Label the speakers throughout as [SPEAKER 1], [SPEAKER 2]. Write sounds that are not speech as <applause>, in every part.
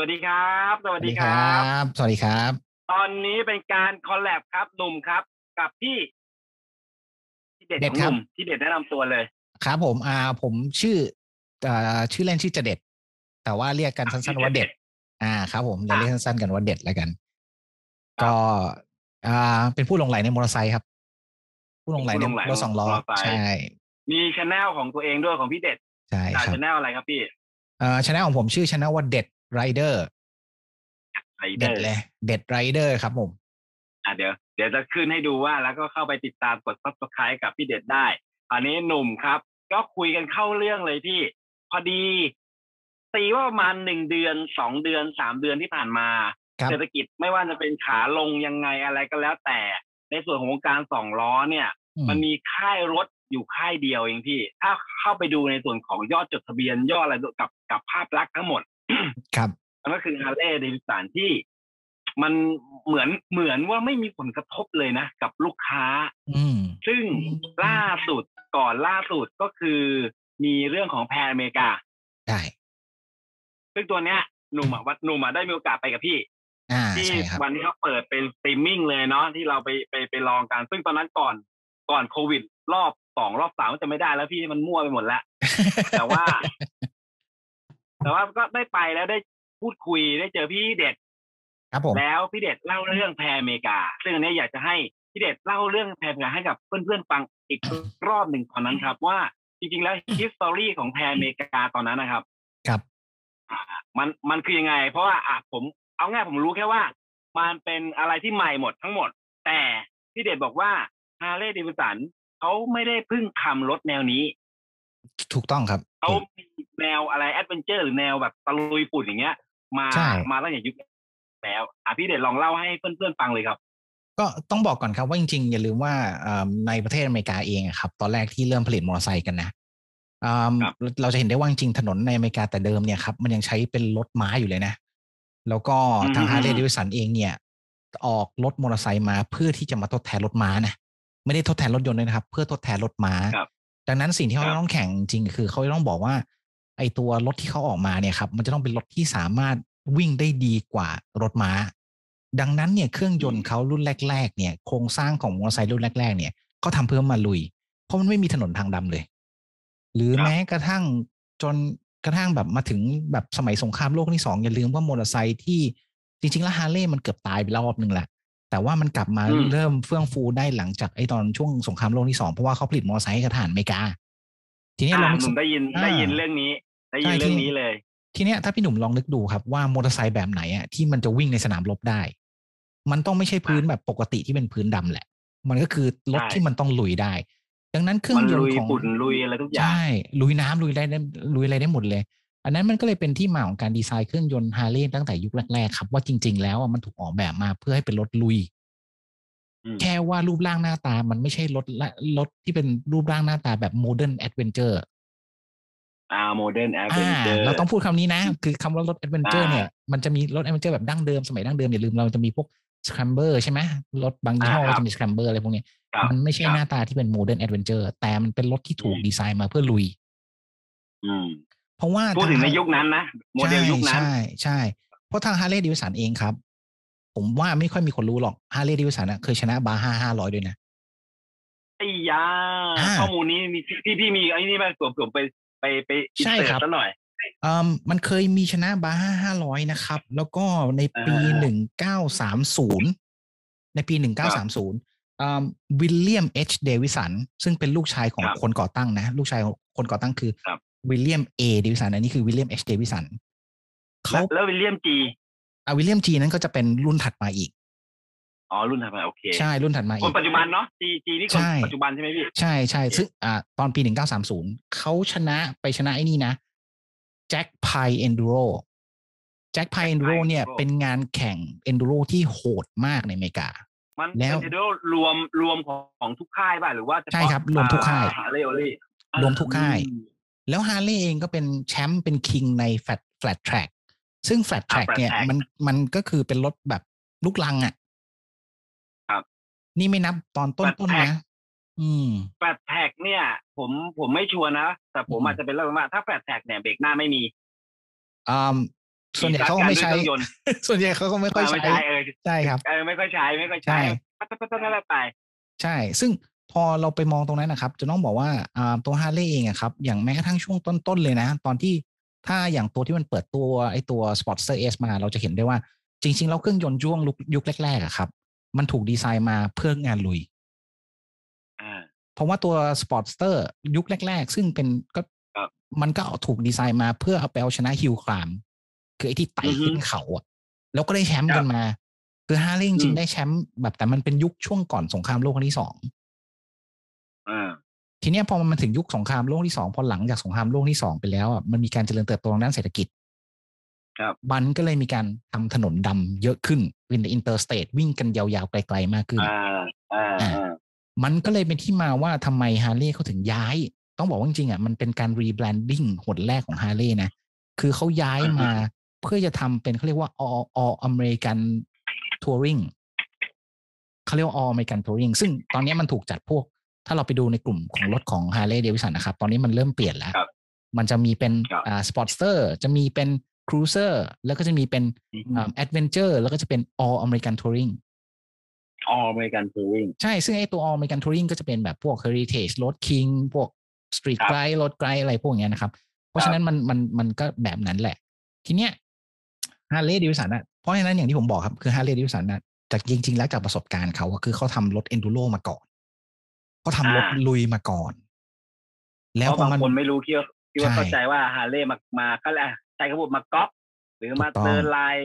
[SPEAKER 1] วัสดีครับ สวัสดีค
[SPEAKER 2] คร
[SPEAKER 1] รับ
[SPEAKER 2] ับ สวัสดีครับ
[SPEAKER 1] ตอนนี้เป็นการคอลแลบครับหนุ่มครับ กับพี่ที่เด็ด
[SPEAKER 2] เด็
[SPEAKER 1] ข
[SPEAKER 2] ด
[SPEAKER 1] องห
[SPEAKER 2] ครับ
[SPEAKER 1] นุ่มที่เด็ดแนะนำตัวเลย
[SPEAKER 2] ครับผมอ่าผมชื่อเอ่อชื่อเล่นชื่อจะเด็ด แต่ว่าเรียกกันสั้นๆว่าเด็ด อ่าครับผมเดี๋ยวเรียกสั้นๆกันว่าเด็ดแล้วกัน
[SPEAKER 1] ครับ
[SPEAKER 2] ก็อ่าเป็นผู้หลงไหลในมอเตอร์ไซค์ครับ ผู้หลงไหลใน
[SPEAKER 1] ผู้หลงไหล
[SPEAKER 2] รถสองล้อ
[SPEAKER 1] มอเตอร์ไซค์
[SPEAKER 2] ใช่
[SPEAKER 1] มีชแนลของตัวเองด้วยของพี่เด็ด
[SPEAKER 2] ใช่
[SPEAKER 1] แต่
[SPEAKER 2] ครับ
[SPEAKER 1] ชแนลอะไรครับพี่
[SPEAKER 2] เอ่อชแนลของผมชื่อชแนลว่าเด็ดไรเดอร์
[SPEAKER 1] ไรเด
[SPEAKER 2] เด็
[SPEAKER 1] อ
[SPEAKER 2] ด
[SPEAKER 1] ร์
[SPEAKER 2] เลยเด็ดไรเดอร์ครับผม
[SPEAKER 1] อ่ะเดี๋ยวเดี๋ยวจะขึ้นให้ดูว่าแล้วก็เข้าไปติดตามกดซับสไครต์กับพี่เด็ดได้ อันนี้หนุ่มครับ ก็คุยกันเข้าเรื่องเลยพี่ พอดีตีว่าประมาณหนึ่งเดือนสองเดือนสามเดือนที่ผ่านมา
[SPEAKER 2] ครับ
[SPEAKER 1] เศรษฐกิจไม่ว่าจะเป็นขาลงยังไงอะไรก็แล้วแต่ ในส่วนของวงการสองล้อเนี่ย
[SPEAKER 2] อื
[SPEAKER 1] มัน
[SPEAKER 2] ม
[SPEAKER 1] มีค่ายรถอยู่ค่ายเดียวเองพี่ ถ้าเข้าไปดูในส่วนของยอดจดทะเบียนยอดอะไรกับกับภาพลักษณ์ทั้งหมด
[SPEAKER 2] ครับ
[SPEAKER 1] มันก็คือฮาร์เลย์เดวิสันที่ มันเหมือนเหมือนว่าไม่มีผลกระทบเลยนะ กับลูกค้า
[SPEAKER 2] อืม
[SPEAKER 1] ซึ่งล่าสุดก่อนล่าสุดก็คือมีเรื่องของแพนอเมริกา
[SPEAKER 2] ได้
[SPEAKER 1] ซึ่งตัวเนี้ยหนุ่มอะวัดหนุ่มอะได้มีโอกาสไปกับพี่
[SPEAKER 2] อ่า
[SPEAKER 1] ที่
[SPEAKER 2] ใช่ครับ
[SPEAKER 1] วันที่เขาเปิดเป็นสตรีมมิ่งเลยเนาะที่เราไปไปไปลองกัน ซึ่งตอนนั้นก่อนก่อนโควิด รอบสองรอบสามจะไม่ได้แล้วพี่มันมั่วไปหมดแล้ว แต่ว่า
[SPEAKER 2] <laughs>
[SPEAKER 1] แต่ว่าก็ได้ไปแล้วได้พูดคุยได้เจอพี่เด็ด
[SPEAKER 2] ครับผม
[SPEAKER 1] แล้วพี่เด็ดเล่าเรื่องแพรอเมริกา ซึ่งอันเนี้ยอยากจะให้พี่เด็ดเล่าเรื่องแพรอเมริกาให้กับเพื่อนๆฟังอีกรอบหนึ่งตอนนั้นครับ ว่าจริงๆแล้วฮิสตอรี่ของแพรอเมริกาตอนนั้นนะครับ
[SPEAKER 2] ครับ
[SPEAKER 1] มันมันคือยังไง เพราะว่าอ่ะผมเอาง่ายผมรู้แค่ว่า มันเป็นอะไรที่ใหม่หมดทั้งหมด แต่พี่เดชบอกว่าฮาร์เลย์เดวิสันเขาไม่ได้เพึ่งทำรถแนวนี้
[SPEAKER 2] ถูกต้องครับ
[SPEAKER 1] เขามีแนวอะไรแอดเวนเจอร์หรือแนวแบบตะลุยปุ่นอย่างเงี้ย มา
[SPEAKER 2] ใช่
[SPEAKER 1] มาตั้งแต่ยุคแล้วอ่ะพี่เดชลองเล่าให้เพื่อนๆฟังเลยครับ
[SPEAKER 2] ก็ต้องบอกก่อนครับว่าจริงๆ อย่าลืมว่าเอิ่มในประเทศอเมริกาเองอะครับ ตอนแรกที่เริ่มผลิตมอเตอร์ไซค์กันนะเอิ่ม
[SPEAKER 1] ครับ
[SPEAKER 2] เราจะเห็นได้ว่าจริงๆถนนในอเมริกาแต่เดิมเนี่ยครับ มันยังใช้เป็นรถม้าอยู่เลยนะ แล้วก็ทาง
[SPEAKER 1] อืม
[SPEAKER 2] ฮาร์เลย์ดิวิสันเองเนี่ย ออกรถมอเตอร์ไซค์มาเพื่อที่จะมาทดแทนรถม้านะไม่ได้ทดแทนรถยนต์เลยนะครับ เพื่อทดแทนรถม้า
[SPEAKER 1] ครับ
[SPEAKER 2] ดังนั้นสิ่งที่
[SPEAKER 1] ครั
[SPEAKER 2] เขา
[SPEAKER 1] บ
[SPEAKER 2] ต้องแข่งจริงๆคือเขาจะต้องบอกว่า ไอตัวรถที่เขาออกมาเนี่ยครับมันจะต้องเป็นรถที่สามารถวิ่งได้ดีกว่ารถม้า ดังนั้นเนี่ยเครื่องยนต์เขารุ่นแรก ๆ เนี่ยโครงสร้างของมอเตอร์ไซค์รุ่นแรก ๆ เนี่ยเขาทำเพื่อมาลุย เพราะมันไม่มีถนนทางดำเลย หรือ
[SPEAKER 1] ครับ
[SPEAKER 2] แม้กระทั่งจนกระทั่งแบบมาถึงแบบสมัยสงครามโลกที่สองอย่าลืมว่ามอเตอร์ไซค์ที่จริงๆแล้วฮาร์เลย์มันเกือบตายไปรอบหนึ่งแหละ แต่ว่ามันกลับมา
[SPEAKER 1] อืม
[SPEAKER 2] เริ่มเฟื่องฟูได้หลังจากไอ้ตอนช่วงสงครามโลกที่สองเพราะว่าเขาผลิตมอเตอร์ไซค์ให้กับทหารอเมริกา ทีนี้
[SPEAKER 1] อ่า
[SPEAKER 2] ลอง
[SPEAKER 1] ห
[SPEAKER 2] นึก
[SPEAKER 1] นุ่
[SPEAKER 2] ส
[SPEAKER 1] มได้ยิน
[SPEAKER 2] อ่า
[SPEAKER 1] ได้ยินเรื่องนี้ ได้ยิน
[SPEAKER 2] ใช่
[SPEAKER 1] เรื่อง
[SPEAKER 2] ที่
[SPEAKER 1] นี้เลย
[SPEAKER 2] ทีเนี้ยถ้าพี่หนุ่มลองนึกดูครับว่ามอเตอร์ไซค์แบบไหนอะที่มันจะวิ่งในสนามรบได้ มันต้องไม่ใช่พื้นแบบปกติที่เป็นพื้นดำแหละ มันก็คือรถ
[SPEAKER 1] ใช่
[SPEAKER 2] ที่มันต้องลุยได้ ดังนั้นเครื่อ
[SPEAKER 1] มั
[SPEAKER 2] ง
[SPEAKER 1] น
[SPEAKER 2] ยน
[SPEAKER 1] ลุย
[SPEAKER 2] ต์ของ
[SPEAKER 1] ปุ่นลุยอะไรทุกอย่าง
[SPEAKER 2] ใช่ ลุยน้ำลุยอะไรได้ลุยอะไรได้หมดเลย อันนั้นมันก็เลยเป็นที่มาของการดีไซน์เครื่องยนต์ฮาร์เลย์ตั้งแต่ยุคแรกๆครับ ว่าจริง ๆ แล้วอะมันถูกออกแบบมาเพื่อให้เป็นรถลุย
[SPEAKER 1] อืม
[SPEAKER 2] แค่ว่ารูปร่างหน้าตามันไม่ใช่รถละรถที่เป็นรูปร่างหน้าตาแบบโมเดิร์นแอดเวนเจอร์
[SPEAKER 1] อ่าโมเดิร์นแอดเว
[SPEAKER 2] อ่าน
[SPEAKER 1] เจอร์
[SPEAKER 2] เราต้องพูดคำนี้นะ
[SPEAKER 1] <laughs>
[SPEAKER 2] คือคำว่ารถแอดเวนเจอร์
[SPEAKER 1] อ่า
[SPEAKER 2] เนี่ยมันจะมีรถแอดเวนเจอร์แบบดั้งเดิมสมัยดั้งเดิมอย่าลืมเราจะมีพวกสครัมเบอร์ใช่ไหมรถบางยี่ห้อ
[SPEAKER 1] อ่าครับ
[SPEAKER 2] เราจะมีสครัมเบอร์อะไรพวกเนี้ย
[SPEAKER 1] ครับ
[SPEAKER 2] มันไม่ใช่
[SPEAKER 1] ครับ
[SPEAKER 2] หน้าตาที่เป็นโมเดิร์นแอดเวนเจอร์แต่มันเป็นรถที่ถูก
[SPEAKER 1] อืม
[SPEAKER 2] ดีไซน์มาเพื่อลุย
[SPEAKER 1] อืม
[SPEAKER 2] เพราะว่า
[SPEAKER 1] พูดถึงใน
[SPEAKER 2] ทา
[SPEAKER 1] ยุคนั้นนะโมเดลยุคนั้น
[SPEAKER 2] ใช่ใช่ใช่ เพราะทางฮาร์เลย์ดิวสันเองครับ ผมว่าไม่ค่อยมีคนรู้หรอกฮาร์เลย์ดิวสันเคยชนะบาห้าห้าร้อยด้วยนะ
[SPEAKER 1] ไอ้ยา
[SPEAKER 2] อ่า
[SPEAKER 1] ข้อมูลนี้มีพี่พี่มีไอ้นี่ไหมสวมสวมไปไปไปอิน
[SPEAKER 2] ใช่
[SPEAKER 1] เสิ
[SPEAKER 2] ครั
[SPEAKER 1] ร์
[SPEAKER 2] บ
[SPEAKER 1] ตซะหน่อย
[SPEAKER 2] เอ่มมันเคยมีชนะบาห้าห้าร้อยนะครับ แล้วก็ในปี
[SPEAKER 1] อ่า
[SPEAKER 2] หนึ่งเก้าสามศูนย์ในปีหนึ่
[SPEAKER 1] ค
[SPEAKER 2] ง
[SPEAKER 1] รั
[SPEAKER 2] เก้าสามศูนย์วิลเลียมเอชเดวิสันซึ่งเป็นลูกชายของ
[SPEAKER 1] ครับ
[SPEAKER 2] คนก่อตั้งนะ ลูกชายของคนก่อตั้งคือ
[SPEAKER 1] ครับ
[SPEAKER 2] วิลเลียมเอเดวิสันอันนี้คือวิลเลียมเอชเดวิสันเขา
[SPEAKER 1] แล้วแล้ววิลเลียมจี
[SPEAKER 2] อ่ะวิลเลียมจีนั้นก็จะเป็นรุ่นถัดมาอีก
[SPEAKER 1] อ๋อรุ่นถัดมาโอเค
[SPEAKER 2] ใช่รุ่นถัดมาอี
[SPEAKER 1] คน
[SPEAKER 2] ก
[SPEAKER 1] ปัจจุบันเนาะจีจีนี่คน
[SPEAKER 2] ใช่
[SPEAKER 1] ปัจจุบันใช่ไหมพี่
[SPEAKER 2] ใช่ใช่ซึ่งอ่าตอนปีหนึ่งเก้าสามศูนย์เขาชนะไปชนะไอ้นี่นะแจ็คพายเอนดูโรแจ็คพายเอนดูโร
[SPEAKER 1] Enduro
[SPEAKER 2] เนี่ยเป็นงานแข่งเอนดูโรที่โหดมากในอเมริกา
[SPEAKER 1] มัน
[SPEAKER 2] แล้
[SPEAKER 1] เป็น
[SPEAKER 2] ว
[SPEAKER 1] เดโดรวมรวมของของทุกค่ายป่ะหรือว่าเฉพาะ
[SPEAKER 2] ใช่ครับรวมทุกค่าย
[SPEAKER 1] อ่เลโอลี่
[SPEAKER 2] รวมทุกค่าย แล้วฮาร์เลย์เองก็เป็นแชมป์เป็นคิงในแฟลตแฟลตแทร็กซึ่งแฟลตแทร็กเนี่ยมันมันก็คือเป็นรถแบบลูกลังอ่ะ
[SPEAKER 1] ครับ
[SPEAKER 2] นี่ไม่นับตอนต้น
[SPEAKER 1] Flat track
[SPEAKER 2] ๆนะ อืม
[SPEAKER 1] แฟดแท็กเนี่ย ผมผมไม่ชัวร์นะ แต่ผม
[SPEAKER 2] อืม
[SPEAKER 1] อาจจะเป็นเรื่องว่าถ้าแฟดแท็กเนี่ยเบรกหน้าไม่มี
[SPEAKER 2] อ่า ส่วนใหญ่เขาก็ไม่ใช้
[SPEAKER 1] ขี่ชาร์จการด้วยเครื่องยนต์
[SPEAKER 2] ส่วนใหญ่เขาก็ไม่ค่อย
[SPEAKER 1] เออ
[SPEAKER 2] ใช้
[SPEAKER 1] ไม่ใช้เออ
[SPEAKER 2] ใช่ครับ
[SPEAKER 1] เออไม่ค่อยใช้ไม่ค่อยใช้
[SPEAKER 2] ใช่
[SPEAKER 1] ปัดปัดปัดปัดปัดไป
[SPEAKER 2] ใช่ ซึ่งพอเราไปมองตรงนั้นนะครับ จะต้องบอกว่าอ่าตัวฮาร์เลย์เองอะครับ อย่างแม้กระทั่งช่วงต้นๆเลยนะ ตอนที่ถ้าอย่างตัวที่มันเปิดตัวไอตัว s p o t s e r S มา เราจะเห็นได้ว่าจริง ๆ แล้วเครื่องยนต์ช่วงยุคแรกๆอะครับ มันถูกดีไซน์มาเพื่องานลุย
[SPEAKER 1] อ่า
[SPEAKER 2] เพราะว่าตัว s p o t s e r ยุคแรก ๆ ซึ่งเป็นก็
[SPEAKER 1] ครับ
[SPEAKER 2] มันก็เอาถูกดีไซน์มาเพื่อเอาไปเอาชนะฮิลคลาม คือไอที่ไต่
[SPEAKER 1] อือฮึ
[SPEAKER 2] ขึ้นเขาอะแล้วก็ได้แชมป์กันมา คือฮาร์เลย์
[SPEAKER 1] อื
[SPEAKER 2] จริง
[SPEAKER 1] ม
[SPEAKER 2] ๆได้แชมป์แบบแต่มันเป็นยุคช่วงก่อนสงครามโลกครั้งที่สอง
[SPEAKER 1] อ่า
[SPEAKER 2] ทีเนี้ยพอมันมาถึงยุคสงครามโลกที่สองพอหลังจากสงครามโลกที่สองไปแล้วอ่ะมันมีการเจริญเติบโตทางด้านเศรษฐกิจ
[SPEAKER 1] ครับ
[SPEAKER 2] มันก็เลยมีการทำถนนดำเยอะขึ้นเป็นอินเตอร์สเตทวิ่งกันยาวๆไกลๆมากขึ้น
[SPEAKER 1] อ่าอ่าอ่า
[SPEAKER 2] มันก็เลยเป็นที่มาว่าทำไมฮาร์เลย์เขาถึงย้าย ต้องบอกว่าจริงๆอ่ะมันเป็นการรีแบรนดิ้งหนแรกของฮาร์เลย์นะ คือเขาย้ายมาเพื่อจะทำเป็นเขาเรียกว่า all all American touring เขาเรียกว่า all American touring ซึ่งตอนนี้มันถูกจัดพวก ถ้าเราไปดูในกลุ่มของรถของ Harley Davidson นะครับ ตอนนี้มันเริ่มเปลี่ยนแล้ว
[SPEAKER 1] ครับ
[SPEAKER 2] มันจะมีเป็น
[SPEAKER 1] ครับ
[SPEAKER 2] อ่าสปอร์ตเตอร์จะมีเป็นครูเซอร์แล้วก็จะมีเป็นแอดเวนเจอร์แล้วก็จะเป็น all American touring
[SPEAKER 1] อ๋ออเมริกันทูวิ่ง
[SPEAKER 2] ใช่ ซึ่งไอ้ตัว All American Touring ก็จะเป็นแบบพวก Heritage รถ King พวก Street
[SPEAKER 1] ครับ
[SPEAKER 2] g r i d e รถ g r i d e อะไรพวกเนี้ยนะครับ เพราะฉะนั้นมันมันมันก็แบบนั้นแหละ ทีเนี้ยฮาร์เลย์ดิวสันอะเพราะฉะนั้นอย่างที่ผมบอกครับ คือฮาร์เลย์ดิวสันอะจากจริง ๆ แล้วจากประสบการณ์เขาอะคือเขาทำรถ Enduro มาก่อนเขาทำรถ
[SPEAKER 1] อ่า
[SPEAKER 2] ลุยมาก่อน
[SPEAKER 1] เพ
[SPEAKER 2] แล้วพ
[SPEAKER 1] ราะาง
[SPEAKER 2] อบมัน
[SPEAKER 1] คนไม่รู้คิดว่าคิดว่า
[SPEAKER 2] ใช่
[SPEAKER 1] เข้าใจว่าฮาร์เลย์มามาเขาแหละใช้คำพูดมาก๊อปหรือมา
[SPEAKER 2] ถูกต้อง
[SPEAKER 1] เดินลาย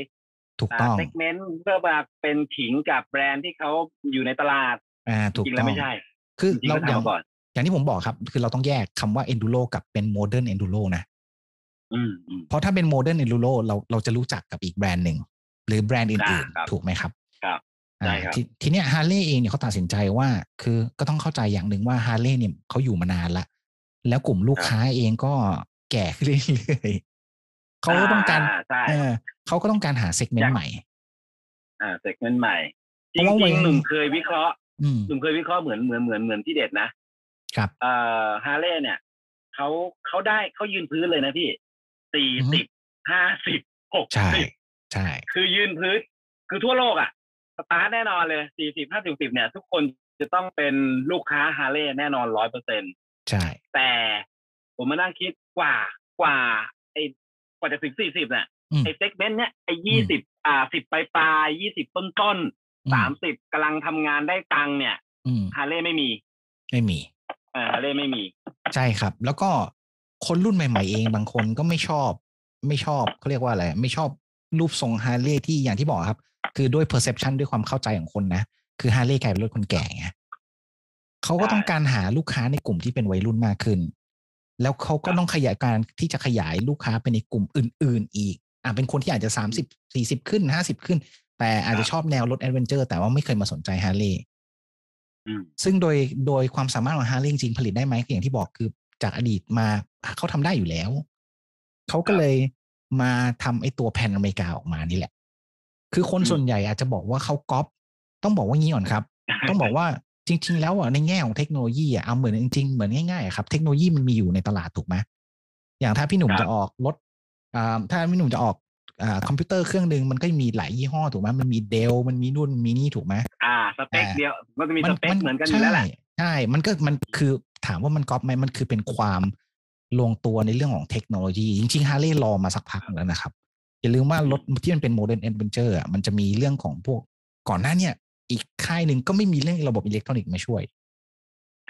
[SPEAKER 2] ถูก
[SPEAKER 1] อ่า
[SPEAKER 2] ต้อง
[SPEAKER 1] เซกเมนต์เพื่อมาเป็นขิงกับแบรนด์ที่เขาอยู่ในตลาด
[SPEAKER 2] อ่าถูก
[SPEAKER 1] จริงแล้ว
[SPEAKER 2] ต้อง
[SPEAKER 1] ไม่ใช่
[SPEAKER 2] คือ
[SPEAKER 1] จริงๆ
[SPEAKER 2] เรา
[SPEAKER 1] เขาทำ
[SPEAKER 2] อย่าง
[SPEAKER 1] มาก่อน
[SPEAKER 2] อย่างที่ผมบอกครับ คือเราต้องแยกคำว่า Enduro กับเป็น Modern Enduro นะ
[SPEAKER 1] อืมอืม
[SPEAKER 2] เพราะถ้าเป็นโมเดิร์น n d u ูโรเราเราจะรู้จักกับอีกแบรนด์หนึ่ง หรือแบรนด์อื่น
[SPEAKER 1] อ่าครับ
[SPEAKER 2] ๆ ถูกไหมครับ
[SPEAKER 1] ครับ
[SPEAKER 2] อ่า
[SPEAKER 1] ใช่ครับ
[SPEAKER 2] ททีเนี้ยฮาร์เลย์เองเนี่ยเขาตัดสินใจว่า คือก็ต้องเข้าใจอย่างหนึ่งว่าฮาร์เลย์เนี่ยเขาอยู่มานานละแล้วกลุ่มลูกค้าเองก็แก่ขึ้นเรื่อยๆเขาก็ต้องการ
[SPEAKER 1] ใช่
[SPEAKER 2] เออเขาก็ต้องการหาเซกเมนต์ใหม่
[SPEAKER 1] อ่าเซกเมนต์ใหม่จ
[SPEAKER 2] เพ
[SPEAKER 1] ริง
[SPEAKER 2] ราะว่าวัย
[SPEAKER 1] ๆหนุ่มเคยวิเคราะห์
[SPEAKER 2] อืม
[SPEAKER 1] หนุ่มเคยวิเคราะห์เหมือนเหมือนเหมือนเหมือนที่เด็ดนะครับ เอ่อฮาร์เลย์เนี่ยเขาเขาได้เขายืนพื้นเลยนะพี่สี่
[SPEAKER 2] อือฮึ
[SPEAKER 1] สิบห้าสิบหก
[SPEAKER 2] ใช่
[SPEAKER 1] สิบ
[SPEAKER 2] ใช่
[SPEAKER 1] คือยืนพื้น คือทั่วโลกอะสตาร์ทแน่นอนเลย สี่สิบห้าสิบสิบเนี่ย ทุกคนจะต้องเป็นลูกค้าฮาร์เลย์แน่นอนร้อยเปอร์เซ็น
[SPEAKER 2] ใช่
[SPEAKER 1] แต่ผมมานั่งคิดกว่ากว่าไอกว่าจะถึงสี่สิบเนี่ย
[SPEAKER 2] อืม
[SPEAKER 1] ไอเซกเมนต์เนี่ยไอยี่สิบอ่าสิบปลายปลายยี่สิบต้นต้น
[SPEAKER 2] อืม
[SPEAKER 1] สามสิบกำลังทำงานได้ตังค์เนี่ย
[SPEAKER 2] อืม
[SPEAKER 1] ฮาร์เลย์ไม่มี
[SPEAKER 2] ไม่มี
[SPEAKER 1] เออฮาร์เลย์ไม่มี
[SPEAKER 2] ใช่ครับ แล้วก็คนรุ่นใหม่ ๆ เองบางคนก็ไม่ชอบ ไม่ชอบเขาเรียกว่าอะไร ไม่ชอบรูปทรงฮาร์เลย์ที่อย่างที่บอกครับ คือด้วย perception ด้วยความเข้าใจของคนนะ คือฮาร์เลย์กลายเป็นรถคนแก่ไงเขาก็ต้องการหาลูกค้าในกลุ่มที่เป็นวัยรุ่นมากขึ้น แล้วเขาก็ต้องขยายการที่จะขยายลูกค้าไปในกลุ่มอื่น ๆ อีก อ่ะเป็นคนที่อาจจะสามสิบสี่สิบขึ้นห้าสิบขึ้น แต่อาจจะชอบแนวรถแอดเวนเจอร์แต่ว่าไม่เคยมาสนใจฮาร์เลย์
[SPEAKER 1] อืม
[SPEAKER 2] ซึ่งโดยโดยความสามารถของฮาร์เลย์จริงๆผลิตได้ไหมอย่างที่บอกคือจากอดีตมาเขาทำได้อยู่แล้ว เขาก็เลยมาทำไอตัวแผ่นอเมริกาออกมานี่แหละ คือคน
[SPEAKER 1] อืม
[SPEAKER 2] ส่วนใหญ่อาจจะบอกว่าเขาก๊อปต้องบอกว่างี้ก่อนครับ ต้องบอกว่าจริง ๆ แล้วอ่ะในแง่ของเทคโนโลยีอ่ะเอาเหมือนจริงๆเหมือนง่ายๆอะครับเทคโนโลยีมันมีอยู่ในตลาดถูกไหมอย่างถ้าพี่หนุ่ม
[SPEAKER 1] ครับ
[SPEAKER 2] จะออกรถอ่าถ้าพี่หนุ่มจะออกอ่าคอมพิวเตอร์เครื่องหนึ่งมันก็มีหลายยี่ห้อถูกไหมมันมีเดลมันมีนู่นมีนี่ถูกไหม
[SPEAKER 1] อ่า สเปคเดียว มันจะมีสเปคเหมือนกันอยู่แล้วแหละ
[SPEAKER 2] ใช่ใช่ มันก็มันคือถามว่ามันก๊อปไหมมันคือเป็นความลงตัวในเรื่องของเทคโนโลยี จริงๆฮาร์เลย์รอมาสักพักหนึ่งแล้วนะครับ อย่าลืมว่ารถที่มันเป็นโมเดิร์นแอดเวนเจอร์มันจะมีเรื่องของพวกก่อนหน้าเนี่ย อีกค่ายหนึ่งก็ไม่มีเรื่องระบบอิเล็กทรอนิกส์มาช่วย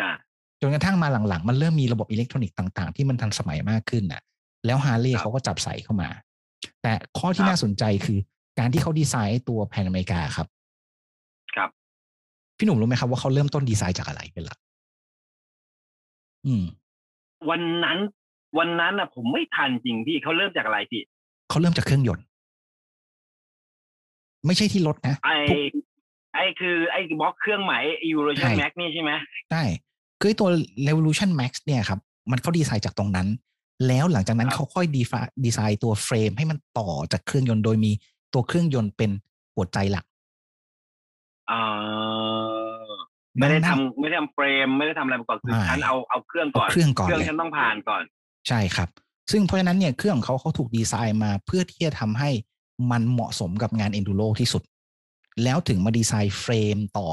[SPEAKER 1] อ่า
[SPEAKER 2] จนกระทั่งมาหลังๆ มันเริ่มมีระบบอิเล็กทรอนิกส์ต่างๆ ที่มันทันสมัยมากขึ้นน่ะ แล้วฮาร์เล
[SPEAKER 1] ครั
[SPEAKER 2] ย์
[SPEAKER 1] บ
[SPEAKER 2] เขาก็จับใส่เข้ามา แต่ข้อ
[SPEAKER 1] ค
[SPEAKER 2] ที่
[SPEAKER 1] รับ
[SPEAKER 2] น่าสนใจคือการที่เขาดีไซน์ไอ้ตัวแผ่นอเมริกาครับ
[SPEAKER 1] ครับ
[SPEAKER 2] พี่หนุ่มรู้ไหมครับว่าเขาเริ่มต้นดีไซน์จากอะไรเป็นหลักอืม
[SPEAKER 1] วันนั้น วันนั้นอ่ะ ผมไม่ทันจริงพี่เขาเริ่มจากอะไรพี่
[SPEAKER 2] เขาเริ่มจากเครื่องยนต์ ไม่ใช่ที่รถนะ
[SPEAKER 1] ไอ
[SPEAKER 2] ทุก
[SPEAKER 1] ไอคือไอบล็อกเครื่องหมายยูโรชั่น
[SPEAKER 2] ใช่
[SPEAKER 1] แม็กนี่ใช่ไหม
[SPEAKER 2] ได้คือไอ้ตัว Revolution Max เนี่ยครับ มันเขาดีไซน์จากตรงนั้น แล้วหลังจากนั้นเขาค่อยดีไซน์ดีไซน์ตัวเฟรมให้มันต่อจากเครื่องยนต์โดยมีตัวเครื่องยนต์เป็นหัวใจหลัก
[SPEAKER 1] เออไม่ได้ทำไม่ได้ทำเฟรม ไม่ได้ทำอะไรมาก่อนคือ
[SPEAKER 2] ไม่
[SPEAKER 1] ฉันเอาเอาเครื่อง
[SPEAKER 2] เอา
[SPEAKER 1] ก่อน
[SPEAKER 2] เครื่องก่อน
[SPEAKER 1] เครื่อง
[SPEAKER 2] เลย
[SPEAKER 1] ฉันต้องผ่านก่อน
[SPEAKER 2] ใช่ครับ ซึ่งเพราะฉะนั้นเนี่ยเครื่องของเขาเขาถูกดีไซน์มาเพื่อที่จะทำให้มันเหมาะสมกับงาน enduro ที่สุด แล้วถึงมาดีไซน์เฟรมต่อ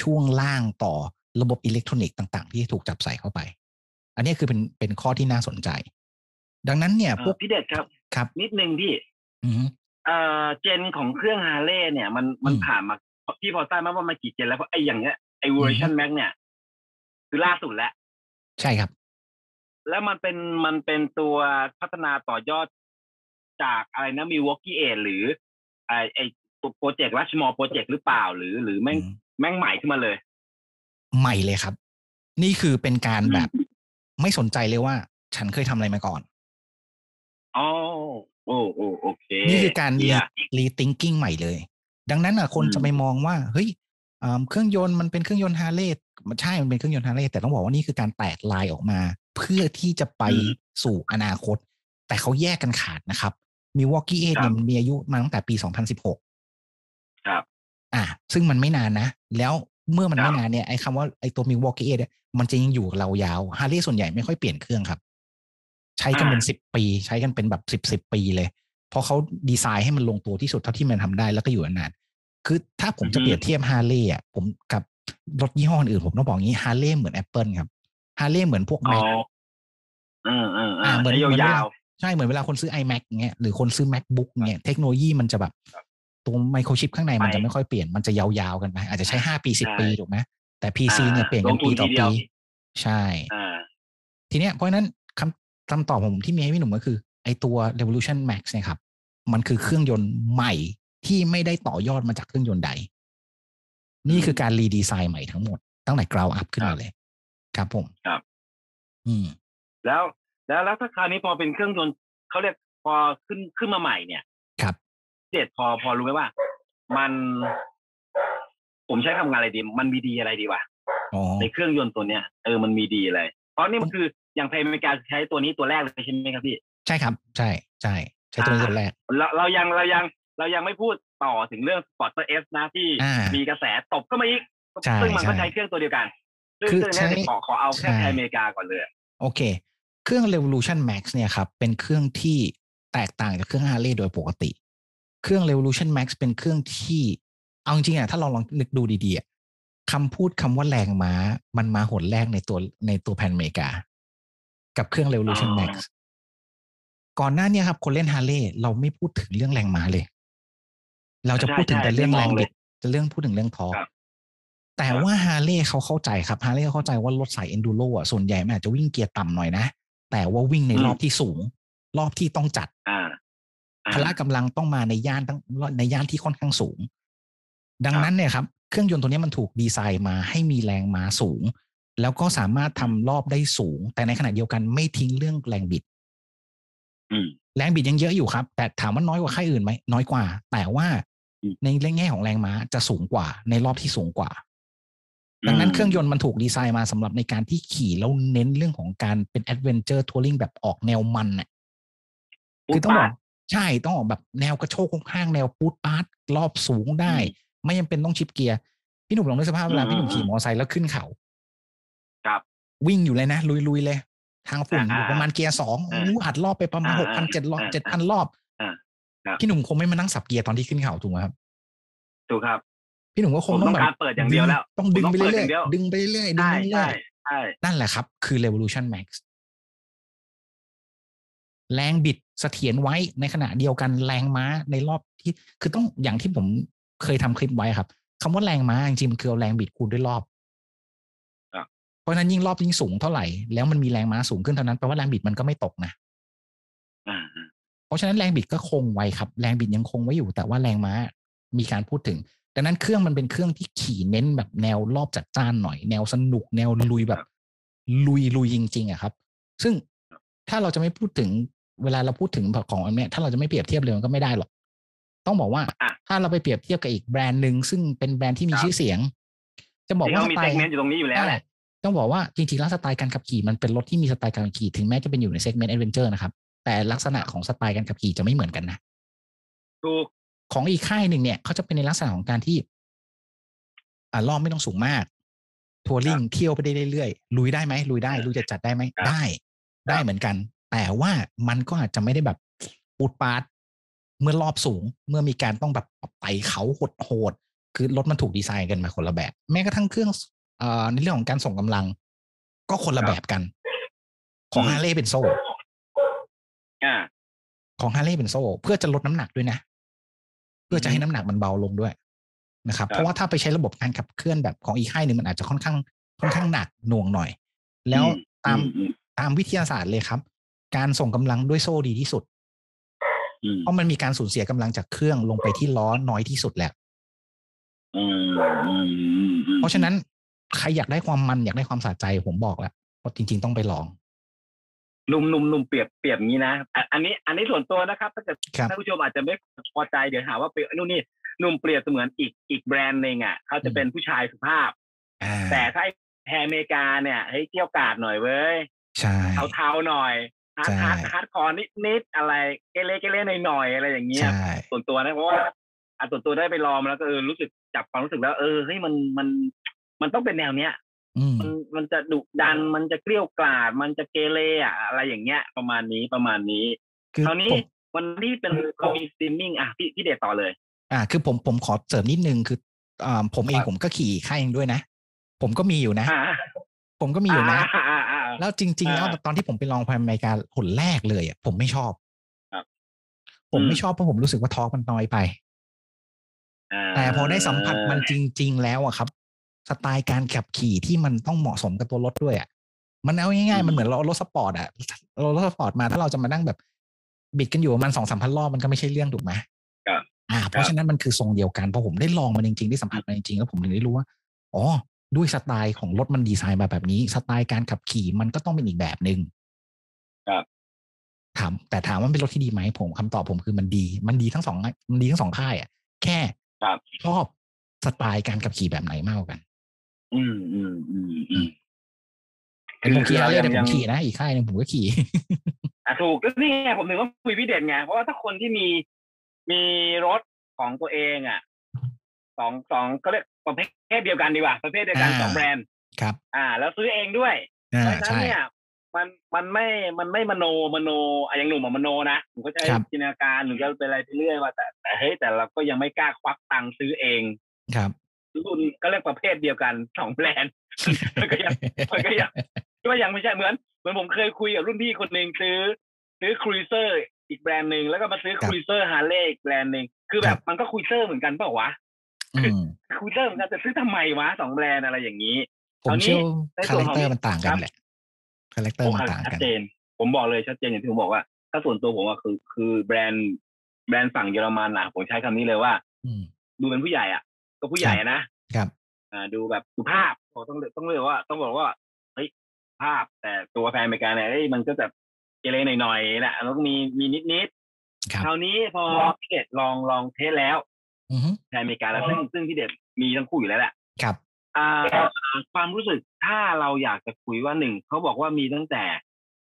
[SPEAKER 2] ช่วงล่างต่อระบบอิเล็กทรอนิกส์ต่าง ๆ ที่ถูกจับใส่เข้าไป อันนี้คือเป็นเป็นข้อที่น่าสนใจ ดังนั้นเนี่ยพ
[SPEAKER 1] เอ่
[SPEAKER 2] ว
[SPEAKER 1] อก พี่เดชครับ
[SPEAKER 2] ครับ
[SPEAKER 1] นิดนึงพี่
[SPEAKER 2] อือฮึ
[SPEAKER 1] เอ่อเจนของเครื่องฮาร์เลย์เนี่ยมันมัน
[SPEAKER 2] อืม
[SPEAKER 1] ผ่านมาพี่พอทราบไหมว่ามากี่เจนแล้วเพราะไอ้อย่างเงี้ยไอ้เวอร์ชัน
[SPEAKER 2] อืม
[SPEAKER 1] แม็กเนี่ยคือล่าสุดแล้ว
[SPEAKER 2] ใช่ครับ
[SPEAKER 1] แล้วมันเป็นมันเป็นตัวพัฒนาต่อยอดจากอะไรนะมีวอกกี้เอหรือไอไอตัวโปรเจกต์รัชมอโปรเจกต์หรือเปล่า หรือหรือแม่ง
[SPEAKER 2] อืม
[SPEAKER 1] แม่งใหม่ขึ้นมาเลย
[SPEAKER 2] ใหม่เลยครับ นี่คือเป็นการ
[SPEAKER 1] อืม
[SPEAKER 2] แบบ ไม่สนใจเลยว่า ฉันเคยทำอะไรมาก่อน
[SPEAKER 1] อ๋อโอ้โอ้โอเค
[SPEAKER 2] นี่คือการ
[SPEAKER 1] เยี่ยม
[SPEAKER 2] รีทิงกิ้งใหม่เลย ดังนั้นอ่ะคน
[SPEAKER 1] อืม
[SPEAKER 2] จะไปมองว่า เฮ้ยเอิ่มเครื่องยนต์มันเป็นเครื่องยนต์ฮาร์เลย์มันใช่มันเป็นเครื่องยนต์ฮาร์เลย์แต่ต้องบอกว่านี่คือการแตกลายออกมา เพื่อที่จะไปสู่อนาคต แต่เขาแยกกันขาดนะครับ มีวอกกี้เอเนี่ยมันมีอายุมาตั้งแต่ปี 2016
[SPEAKER 1] ครับ
[SPEAKER 2] อ่ะซึ่งมันไม่นานนะ แล้วเมื่อมัน
[SPEAKER 1] ครับ
[SPEAKER 2] ไม่นานเนี่ยไอ้คำว่าไอ้ตัวมิวอกกี้เนี่ยมันจะยังอยู่กับเรายาวฮาร์ e y ส่วนใหญ่ไม่ค่อยเปลี่ยนเครื่องครับ ใช้กันเป็นสิบปี ใช้กันเป็นแบบสิบสิบปีเลย เพราะเขาดีไซน์ให้มันลงตัวที่สุดเท่าที่มันทำได้แล้วก็อยู่นานๆคือถ้าผมจะเปรียบเทียบฮาร์เลย์อ่ะผมกับรถยี่ห้ออื่นผมต้องบอกงี้ฮาร์เลย์เหมือน Apple ครับฮาร์เลย์เหมือนพวก
[SPEAKER 1] อ๋
[SPEAKER 2] แม็
[SPEAKER 1] อก เออเออเอ
[SPEAKER 2] อ่า
[SPEAKER 1] อ
[SPEAKER 2] เหมือน
[SPEAKER 1] ใช้ยาว
[SPEAKER 2] ใช่ เหมือนเวลาคนซื้อ iMac เงี้ยหรือคนซื้อ MacBook เงี้ยเทคโนโลยีมันจะแบบตัวไมโครชิปข้างในมัน
[SPEAKER 1] ไป
[SPEAKER 2] จะไม่ค่อยเปลี่ยนมันจะยาวๆกันไป อาจจะใช้ห้าปีสิบ
[SPEAKER 1] ใช่
[SPEAKER 2] ปีถูกไหมแต่ PC เนี่ย
[SPEAKER 1] อ่า
[SPEAKER 2] เปลี่ยนกัน
[SPEAKER 1] ลงทุ
[SPEAKER 2] ปี
[SPEAKER 1] น
[SPEAKER 2] ต่อ
[SPEAKER 1] ทีเดี
[SPEAKER 2] ปี
[SPEAKER 1] ยว
[SPEAKER 2] ใช่
[SPEAKER 1] ๆอ่า
[SPEAKER 2] ทีเนี้ยเพราะฉะนั้นคำคำตอบของผมที่มีให้พี่หนุ่มก็คือ ไอตัว Revolution Max เนี่ยครับ มันคือเครื่องยนต์ใหม่ที่ไม่ได้ต่อยอดมาจากเครื่องยนต์ใด นี่คือการรีดีไซน์ใหม่ทั้งหมด ตั้งแต่กราวอัพขึ้นมาเลย ครับผม
[SPEAKER 1] ครับ
[SPEAKER 2] อืม
[SPEAKER 1] แล้วแล้วแล้วถ้าคราวนี้พอเป็นเครื่องยนต์เขาเรียกพอขึ้นขึ้นมาใหม่เนี่ย
[SPEAKER 2] ครับ
[SPEAKER 1] เด็ดพอพอรู้ไหมว่า มัน ผมใช้คำงานอะไรดี มันมีดีอะไรดีวะ
[SPEAKER 2] อ๋อ
[SPEAKER 1] ในเครื่องยนต์ตัวเนี้ยเออมันมีดีอะไรเพราะนี่มันคืออย่างเพลย์เมกาใช้ตัวนี้ตัวแรกเลยใช่ไหมครับพี่
[SPEAKER 2] ใช่ครับ ใช่ใช่ใช้ตัวนี้ตัวแรก
[SPEAKER 1] เราเรายังเรายังเรายังไม่พูดต่อถึงเรื่องสปอร์ตเอสนะที่
[SPEAKER 2] อ่า
[SPEAKER 1] มีกระแสตบเข้ามาอีก
[SPEAKER 2] ใช่
[SPEAKER 1] ซึ่งมันก็
[SPEAKER 2] ใช่
[SPEAKER 1] ใช้เครื่องตัวเดียวกันซึ่ง
[SPEAKER 2] คือ
[SPEAKER 1] ซึ่งเนี่ยเดี๋
[SPEAKER 2] ใช้
[SPEAKER 1] ยวขอขอเอาแค่
[SPEAKER 2] ใช่
[SPEAKER 1] ไทยอเมริกาก่อนเลย
[SPEAKER 2] โอเค เครื่อง Revolution Max เนี่ยครับ เป็นเครื่องที่แตกต่างจากเครื่อง Harley โดยปกติ เครื่อง Revolution Max เป็นเครื่องที่เอาจริงๆอ่ะถ้าลองลองนึกดูดีๆอ่ะคำพูดคำว่าแรงม้า มันมาหนแรกในตัวในตัวแผ่นอเมริกา กับเครื่อง Revolution
[SPEAKER 1] อ๋อ
[SPEAKER 2] Max ก่อนหน้าเนี้ครับ คนเล่น Harley เราไม่พูดถึงเรื่องแรงม้าเลย เราจะพูดถึงแต่
[SPEAKER 1] ใช่ใช่
[SPEAKER 2] เรื่องแร
[SPEAKER 1] ไม่มอ
[SPEAKER 2] ง
[SPEAKER 1] งเล
[SPEAKER 2] บิ
[SPEAKER 1] ย
[SPEAKER 2] ด จะเรื่องพูดถึงเรื่องทอร์ก
[SPEAKER 1] ครับ
[SPEAKER 2] แต่
[SPEAKER 1] ครับ
[SPEAKER 2] ว่าฮาร์เลย์เขาเข้าใจครับฮาร์เลย์เข้าใจว่ารถสายเอนดูโรอ่ะส่วนใหญ่มันอาจจะวิ่งเกียร์ต่ำหน่อยนะ แต่ว่าวิ่งในรอบที่สูง รอบที่ต้องจัด
[SPEAKER 1] อ่าอ่า
[SPEAKER 2] พละกำลังต้องมาในย่านตั้งในย่านที่ค่อนข้างสูง ดังนั้นเนี่ยครับ เครื่องยนต์ตัวเนี้ยมันถูกดีไซน์มาให้มีแรงม้าสูง แล้วก็สามารถทำรอบได้สูง แต่ในขณะเดียวกันไม่ทิ้งเรื่องแรงบิด
[SPEAKER 1] อืม
[SPEAKER 2] แรงบิดยังเยอะอยู่ครับ แต่ถามว่าน้อยกว่าค่ายอื่นไหมน้อยกว่า แต่ว่า
[SPEAKER 1] อืม
[SPEAKER 2] ในเรื่องแง่ของแรงม้าจะสูงกว่า ในรอบที่สูงกว่า ดังนั้นเครื่องยนต์มันถูกดีไซน์มาสำหรับในการที่ขี่แล้วเน้นเรื่องของการเป็นแอดเวนเจอร์ทัวริงแบบออกแนวมันน่ะ
[SPEAKER 1] ปุ๊บ
[SPEAKER 2] คือต้องบอ
[SPEAKER 1] ปั๊
[SPEAKER 2] กใช่ต้องออกแบบแนวกระโชกข้างๆแนวปูดปาร์ตรอบสูงได้ ไม่จำเป็นต้องชิปเกียร์ พี่หนุ่มลองนึกสภาพเวลา
[SPEAKER 1] อืม
[SPEAKER 2] พี่หนุ่มขี่
[SPEAKER 1] อื
[SPEAKER 2] ม
[SPEAKER 1] ม
[SPEAKER 2] อไซค์แล้วขึ้นเขา
[SPEAKER 1] ครับ
[SPEAKER 2] วิ่งอยู่เลยนะ ลุยๆเลย ทางฝุ่น
[SPEAKER 1] อ่า
[SPEAKER 2] อยู่ประมาณเกียร์สอง
[SPEAKER 1] อ่า
[SPEAKER 2] อู้อัดรอบไปประมาณหก
[SPEAKER 1] อ่า
[SPEAKER 2] พันเจ็ดรอบ
[SPEAKER 1] อ่า
[SPEAKER 2] เจ็ดพันรอบ
[SPEAKER 1] อ่าครับ
[SPEAKER 2] พี่หนุ่มคงไม่มานั่งสับเกียร์ตอนที่ขึ้นเขาถูกไหมครับ
[SPEAKER 1] ถูกครับ
[SPEAKER 2] พี่หนุ่มก็คง
[SPEAKER 1] ผม
[SPEAKER 2] ต้อ
[SPEAKER 1] ต้อง ง
[SPEAKER 2] แบบ
[SPEAKER 1] การเปิดอย่างเดียวแล้ว
[SPEAKER 2] ต้องดึง
[SPEAKER 1] ผม
[SPEAKER 2] ไป
[SPEAKER 1] ต้
[SPEAKER 2] เรื่
[SPEAKER 1] องเปิดอย ย่า
[SPEAKER 2] อ
[SPEAKER 1] งเดียว
[SPEAKER 2] ๆดึงไปเรื่อยๆดึง
[SPEAKER 1] ใช่
[SPEAKER 2] ไปเรื่
[SPEAKER 1] ใช่
[SPEAKER 2] อยๆ
[SPEAKER 1] ใช่
[SPEAKER 2] นั่นแหละครับ คือ Revolution Max แรงบิดเสถียรไว้ในขณะเดียวกันแรงม้าในรอบที่ คือต้องอย่างที่ผมเคยทำคลิปไว้ครับคำว่าแรงม้าจริงๆมันคือเอาแรงบิดคูณด้วยรอบ เพราะฉะนั้นยิ่งรอบยิ่งสูงเท่าไหร่ แล้วมันมีแรงม้าสูงขึ้นเท่านั้นแปลว่าแรงบิดมันก็ไม่ตกนะ
[SPEAKER 1] อ่า
[SPEAKER 2] เพราะฉะนั้นแรงบิดก็คงไว้ครับ แรงบิดยังคงไว้อยู่ แต่ว่าแรงม้ามีการพูดถึง ดังนั้นเครื่องมันเป็นเครื่องที่ขี่เน้นแบบแนวรอบจัดจ้านหน่อย แนวสนุกแนวลุยแบบ ลุยลุยจริงๆอะครับ ซึ่งถ้าเราจะไม่พูดถึงเวลาเราพูดถึงของอันเนี้ยถ้าเราจะไม่เปรียบเทียบเลยมันก็ไม่ได้หรอก ต้องบอกว่า
[SPEAKER 1] อ่ะ
[SPEAKER 2] ถ้าเราไปเปรียบเทียบกับอีกแบรนด์หนึ่งซึ่งเป็นแบรนด์ที่มีชื่อเสียง จะบอก
[SPEAKER 1] ที่
[SPEAKER 2] ว่า
[SPEAKER 1] เขา
[SPEAKER 2] ส
[SPEAKER 1] มี
[SPEAKER 2] ไต
[SPEAKER 1] เซก
[SPEAKER 2] ล์
[SPEAKER 1] เมนต์อยู่ตรงนี้อยู่แล้วแหละ
[SPEAKER 2] ใช่ต้องบอกว่าจริงๆ แล้วสไตล์การขับขี่มันเป็นรถที่มีสไตล์การขับขี่ถึงแม้จะเป็นอยู่ในเซกเมนต์แอดเวนเจอร์นะครับ แต่ลักษณะของสไตล์การขับขี่จะไม่เหมือนกันนะ
[SPEAKER 1] ถูก
[SPEAKER 2] ของอีกค่ายหนึ่งเนี่ยเขาจะเป็นในลักษณะของการที่อ่ารอบไม่ต้องสูงมาก ทัวริงเที่ยวไปได้เรื่อยๆลุยได้ไหมลุยได้
[SPEAKER 1] ครับ
[SPEAKER 2] ลุยจะจัดๆได้ไหม
[SPEAKER 1] ครับ
[SPEAKER 2] ได้ ได้เหมือนกัน แต่ว่ามันก็อาจจะไม่ได้แบบปูดปาดเมื่อรอบสูงเมื่อมีการต้องแบบไต่เขาโหดโหดๆคือรถมันถูกดีไซน์กันมาคนละแบบ แม้กระทั่งเครื่องเอ่อในเรื่องของการส่งกำลัง ก็คนละแบบกัน ของฮาร์เลย์เป็นโซ่
[SPEAKER 1] อ่า
[SPEAKER 2] ของฮาร์เลย์เป็นโซ่เพื่อจะลดน้ำหนักด้วยนะ เพื่อจะให้น้ำหนักมันเบาลงด้วยนะครับ
[SPEAKER 1] ครับ
[SPEAKER 2] เพราะว่าถ้าไปใช้ระบบการขับเคลื่อนแบบของอีกค่ายหนึ่งมันอาจจะค่อนข้างค่อนข้างหนักหน่วงหน่อย แล้ว
[SPEAKER 1] อืม
[SPEAKER 2] ตามตามวิทยาศาสตร์เลยครับ การส่งกำลังด้วยโซ่ดีที่สุด
[SPEAKER 1] อืม
[SPEAKER 2] เพราะมันมีการสูญเสียกำลังจากเครื่องลงไปที่ล้อน้อยที่สุดแหละ
[SPEAKER 1] อืมอืมอืมอืม
[SPEAKER 2] เพราะฉะนั้นใครอยากได้ความมันอยากได้ความสะใจผมบอกแล้วว่าจริง ๆ ต้องไปลอง
[SPEAKER 1] หนุ่มหนุ่มหนุ่มเปรียบเปรียบอย่างนี้นะอ่ะอันนี้ อันนี้ส่วนตัวนะครับถ้าเกิด
[SPEAKER 2] ครับ
[SPEAKER 1] ท่านผู้ชมอาจจะไม่พอใจเดี๋ยวหาว่าไปนู่นนี่หนุ่มเปรียบเสมือนอีกอีกแบรนด์หนึ่งอ่ะเขาจะเป็นผู้ชายสุภาพ
[SPEAKER 2] อ่า
[SPEAKER 1] แต่ถ้าไอ้แฮร์อเมริกาเนี่ยเฮ้ยเกี่ยวกาดหน่อยเว้ย
[SPEAKER 2] ใช่
[SPEAKER 1] เทาๆหน่อยฮาร์ด
[SPEAKER 2] ใช่
[SPEAKER 1] ฮาร์ดฮาร์ดคอร์นิดนิดๆอะไรเกเรเกเรหน่อยหน่อยๆอะไรอย่างเงี้ย
[SPEAKER 2] ใช่
[SPEAKER 1] ส่วนตัวนะเพราะว่าอ่ะส่วนตัวได้ไปลองมาแล้วก็เออรู้สึกจับความรู้สึกแล้วเออเฮ้ยมันมันมันต้องเป็นแนวเนี้ย
[SPEAKER 2] อืม
[SPEAKER 1] มันมันจะดุดันมันจะเกลี้ยวกล่อมมันจะเกเรอะอะไรอย่างเงี้ย ประมาณนี้ประมาณนี้
[SPEAKER 2] คือ
[SPEAKER 1] คราวนี้
[SPEAKER 2] ผม
[SPEAKER 1] วันที่เป็นเรามีสตรีมมิ่งอ่ะพี่พี่เดชต่อเลย
[SPEAKER 2] อ่า คือผมผมขอเสริมนิดนึงคืออ่าผมเอ
[SPEAKER 1] ค
[SPEAKER 2] ง
[SPEAKER 1] รับ
[SPEAKER 2] ผมก็ขี่ค่ายเองด้วยนะ ผมก็มีอยู่นะ
[SPEAKER 1] อ่า
[SPEAKER 2] ผมก็มีอยู่นะ
[SPEAKER 1] อ่าอ่า
[SPEAKER 2] แล้วจริง ๆ แล้ว
[SPEAKER 1] อ่า
[SPEAKER 2] ตอนที่ผมไปลองพายอเมริกาหนแรกเลยอ่ะผมไม่ชอบ
[SPEAKER 1] ครับ
[SPEAKER 2] ผมไม่
[SPEAKER 1] อืม
[SPEAKER 2] ชอบเพราะผมรู้สึกว่าทอร์กมันน้อยไป
[SPEAKER 1] อ่า
[SPEAKER 2] แต่พอได้สัมผัสมันจริง ๆ แล้วอะครับ สไตล์การขับขี่ที่มันต้องเหมาะสมกับตัวรถด้วยอะมันเอาง่ายๆมันเหมือนเราเอารถสปอร์ตอะเราเอารถสปอร์ตมาถ้าเราจะมานั่งแบบ บิดกันอยู่ประมันสองสามพันรอบมันก็ไม่ใช่เรื่องถูกไหมอ่า เพราะฉะนั้นมันคือทรงเดียวกันพอผมได้ลองมันจริงๆได้สัมผัสมันจริงๆแล้วผมถึงได้รู้ว่าอ๋อด้วยสไตล์ของรถมันดีไซน์มาแบบนี้ สไตล์การขับขี่มันก็ต้องเป็นอีกแบบหนึ่งถามแต่ถามว่ามันเป็นรถที่ดีไหมผมคำตอบผมคือมันดี มันดีทั้งสองมันดีทั้งสองค่ายอะแค่ ชอบสไตล์การขับขี่แบบไหนมากกว่ากัน
[SPEAKER 1] อืมอืมอืมอืม คื
[SPEAKER 2] เป็น
[SPEAKER 1] อ
[SPEAKER 2] ผมขี่
[SPEAKER 1] เรา
[SPEAKER 2] อะไร
[SPEAKER 1] ยัง
[SPEAKER 2] แต่ผ
[SPEAKER 1] ยั
[SPEAKER 2] ม
[SPEAKER 1] ง
[SPEAKER 2] ขี่นะ อีกค่ายหนึ่งผมก็ขี่ <laughs>
[SPEAKER 1] อ่ะถูกก็นี่ไงผมถึงต้องคุยพี่เดชไงเพราะว่าถ้าคนที่มีมีรถของตัวเองอ่ะสองสองก็เรียกประเภทเดียวกันดีกว่าประเภทเดียวกัน
[SPEAKER 2] อ่า
[SPEAKER 1] สองแบรนด์
[SPEAKER 2] ครับ
[SPEAKER 1] อ่า แล้วซื้อเองด้วยเพ
[SPEAKER 2] อ่า
[SPEAKER 1] ราะฉะนั้น
[SPEAKER 2] ใช่
[SPEAKER 1] เนี่ย มันมันไม่มันไม่มโนมโนอะอย่างหนุ่มอะมโนนะผมก็จะ
[SPEAKER 2] ครับ
[SPEAKER 1] จินตนาการหรือจะเป็นอะไรไปเรื่อยว่าแต่แต่เฮ้ยแต่เราก็ยังไม่กล้าควักตังค์ซื้อเอง
[SPEAKER 2] ครับ
[SPEAKER 1] รุ่นก็เรียกประเภทเดียวกันสองแบรนด์
[SPEAKER 2] <laughs>
[SPEAKER 1] มันก็ยัง <laughs> มันก็ยังก็ยังไม่ใช่เหมือนเหมือนผมเคยคุยกับรุ่นพี่คนหนึ่งซื้อ ซื้อครูเซอร์อีกแบรนด์หนึ่งแล้วก็มาซื้อ
[SPEAKER 2] ครั
[SPEAKER 1] ค
[SPEAKER 2] บ
[SPEAKER 1] รูเซอร์ฮาร์เลย์อีกแบรนด์หนึ่งคือแบ
[SPEAKER 2] ครับ บ
[SPEAKER 1] มันก็ครูเซอร์เหมือนกันเปล่าวะ
[SPEAKER 2] อืม
[SPEAKER 1] ครูเซอร์เหมือนกันแต่ซื้อทำไมวะสองแบรนด์อะไรอย่างนี้
[SPEAKER 2] ผ
[SPEAKER 1] ค
[SPEAKER 2] ม
[SPEAKER 1] ราวนี้
[SPEAKER 2] เชื่อ
[SPEAKER 1] ในส่
[SPEAKER 2] คา
[SPEAKER 1] วนของ
[SPEAKER 2] แรคเตอร์มันต่างกั
[SPEAKER 1] ครั
[SPEAKER 2] น
[SPEAKER 1] บ
[SPEAKER 2] แหละคาแรคเตอ
[SPEAKER 1] ผ
[SPEAKER 2] ร์
[SPEAKER 1] ม
[SPEAKER 2] มัน
[SPEAKER 1] อ่ะ
[SPEAKER 2] ต่าง
[SPEAKER 1] ชัด
[SPEAKER 2] กัน
[SPEAKER 1] เจน ผมบอกเลยชัดเจนอย่างที่ผมบอกว่า ถ้าส่วนตัวผมอะคือ คือแบรนด์แบรนด์ฝั่งเยอรมันอะผมใช้คำนี้เลยว่า
[SPEAKER 2] อืม
[SPEAKER 1] ดูเป็นผู้ใหญ่อ่ะ ก็ผู้ใหญ่อะนะครับ อ่า ดูแบบสุภาพผมต้องต้องเรียกว่า ต้องบอกว่าเฮ้ยสุภาพแต่ตัวแฟนอเมริกันเนี่ยเอ้ยมันก็จะเกเรหน่อยๆนะแล้วก็มีมีนิดนิดๆ
[SPEAKER 2] ครับ
[SPEAKER 1] คราวนี้พอพี่เดชลองลองเทสแล้ว
[SPEAKER 2] อือฮึ
[SPEAKER 1] แฟนอเมริกันแล้วซึ่งซึ่งพี่เดชมีทั้งคู่อยู่แล้วแหละ
[SPEAKER 2] ครับ
[SPEAKER 1] อ่า ความรู้สึกถ้าเราอยากจะคุยว่าหนึ่งเขาบอกว่ามีตั้งแต่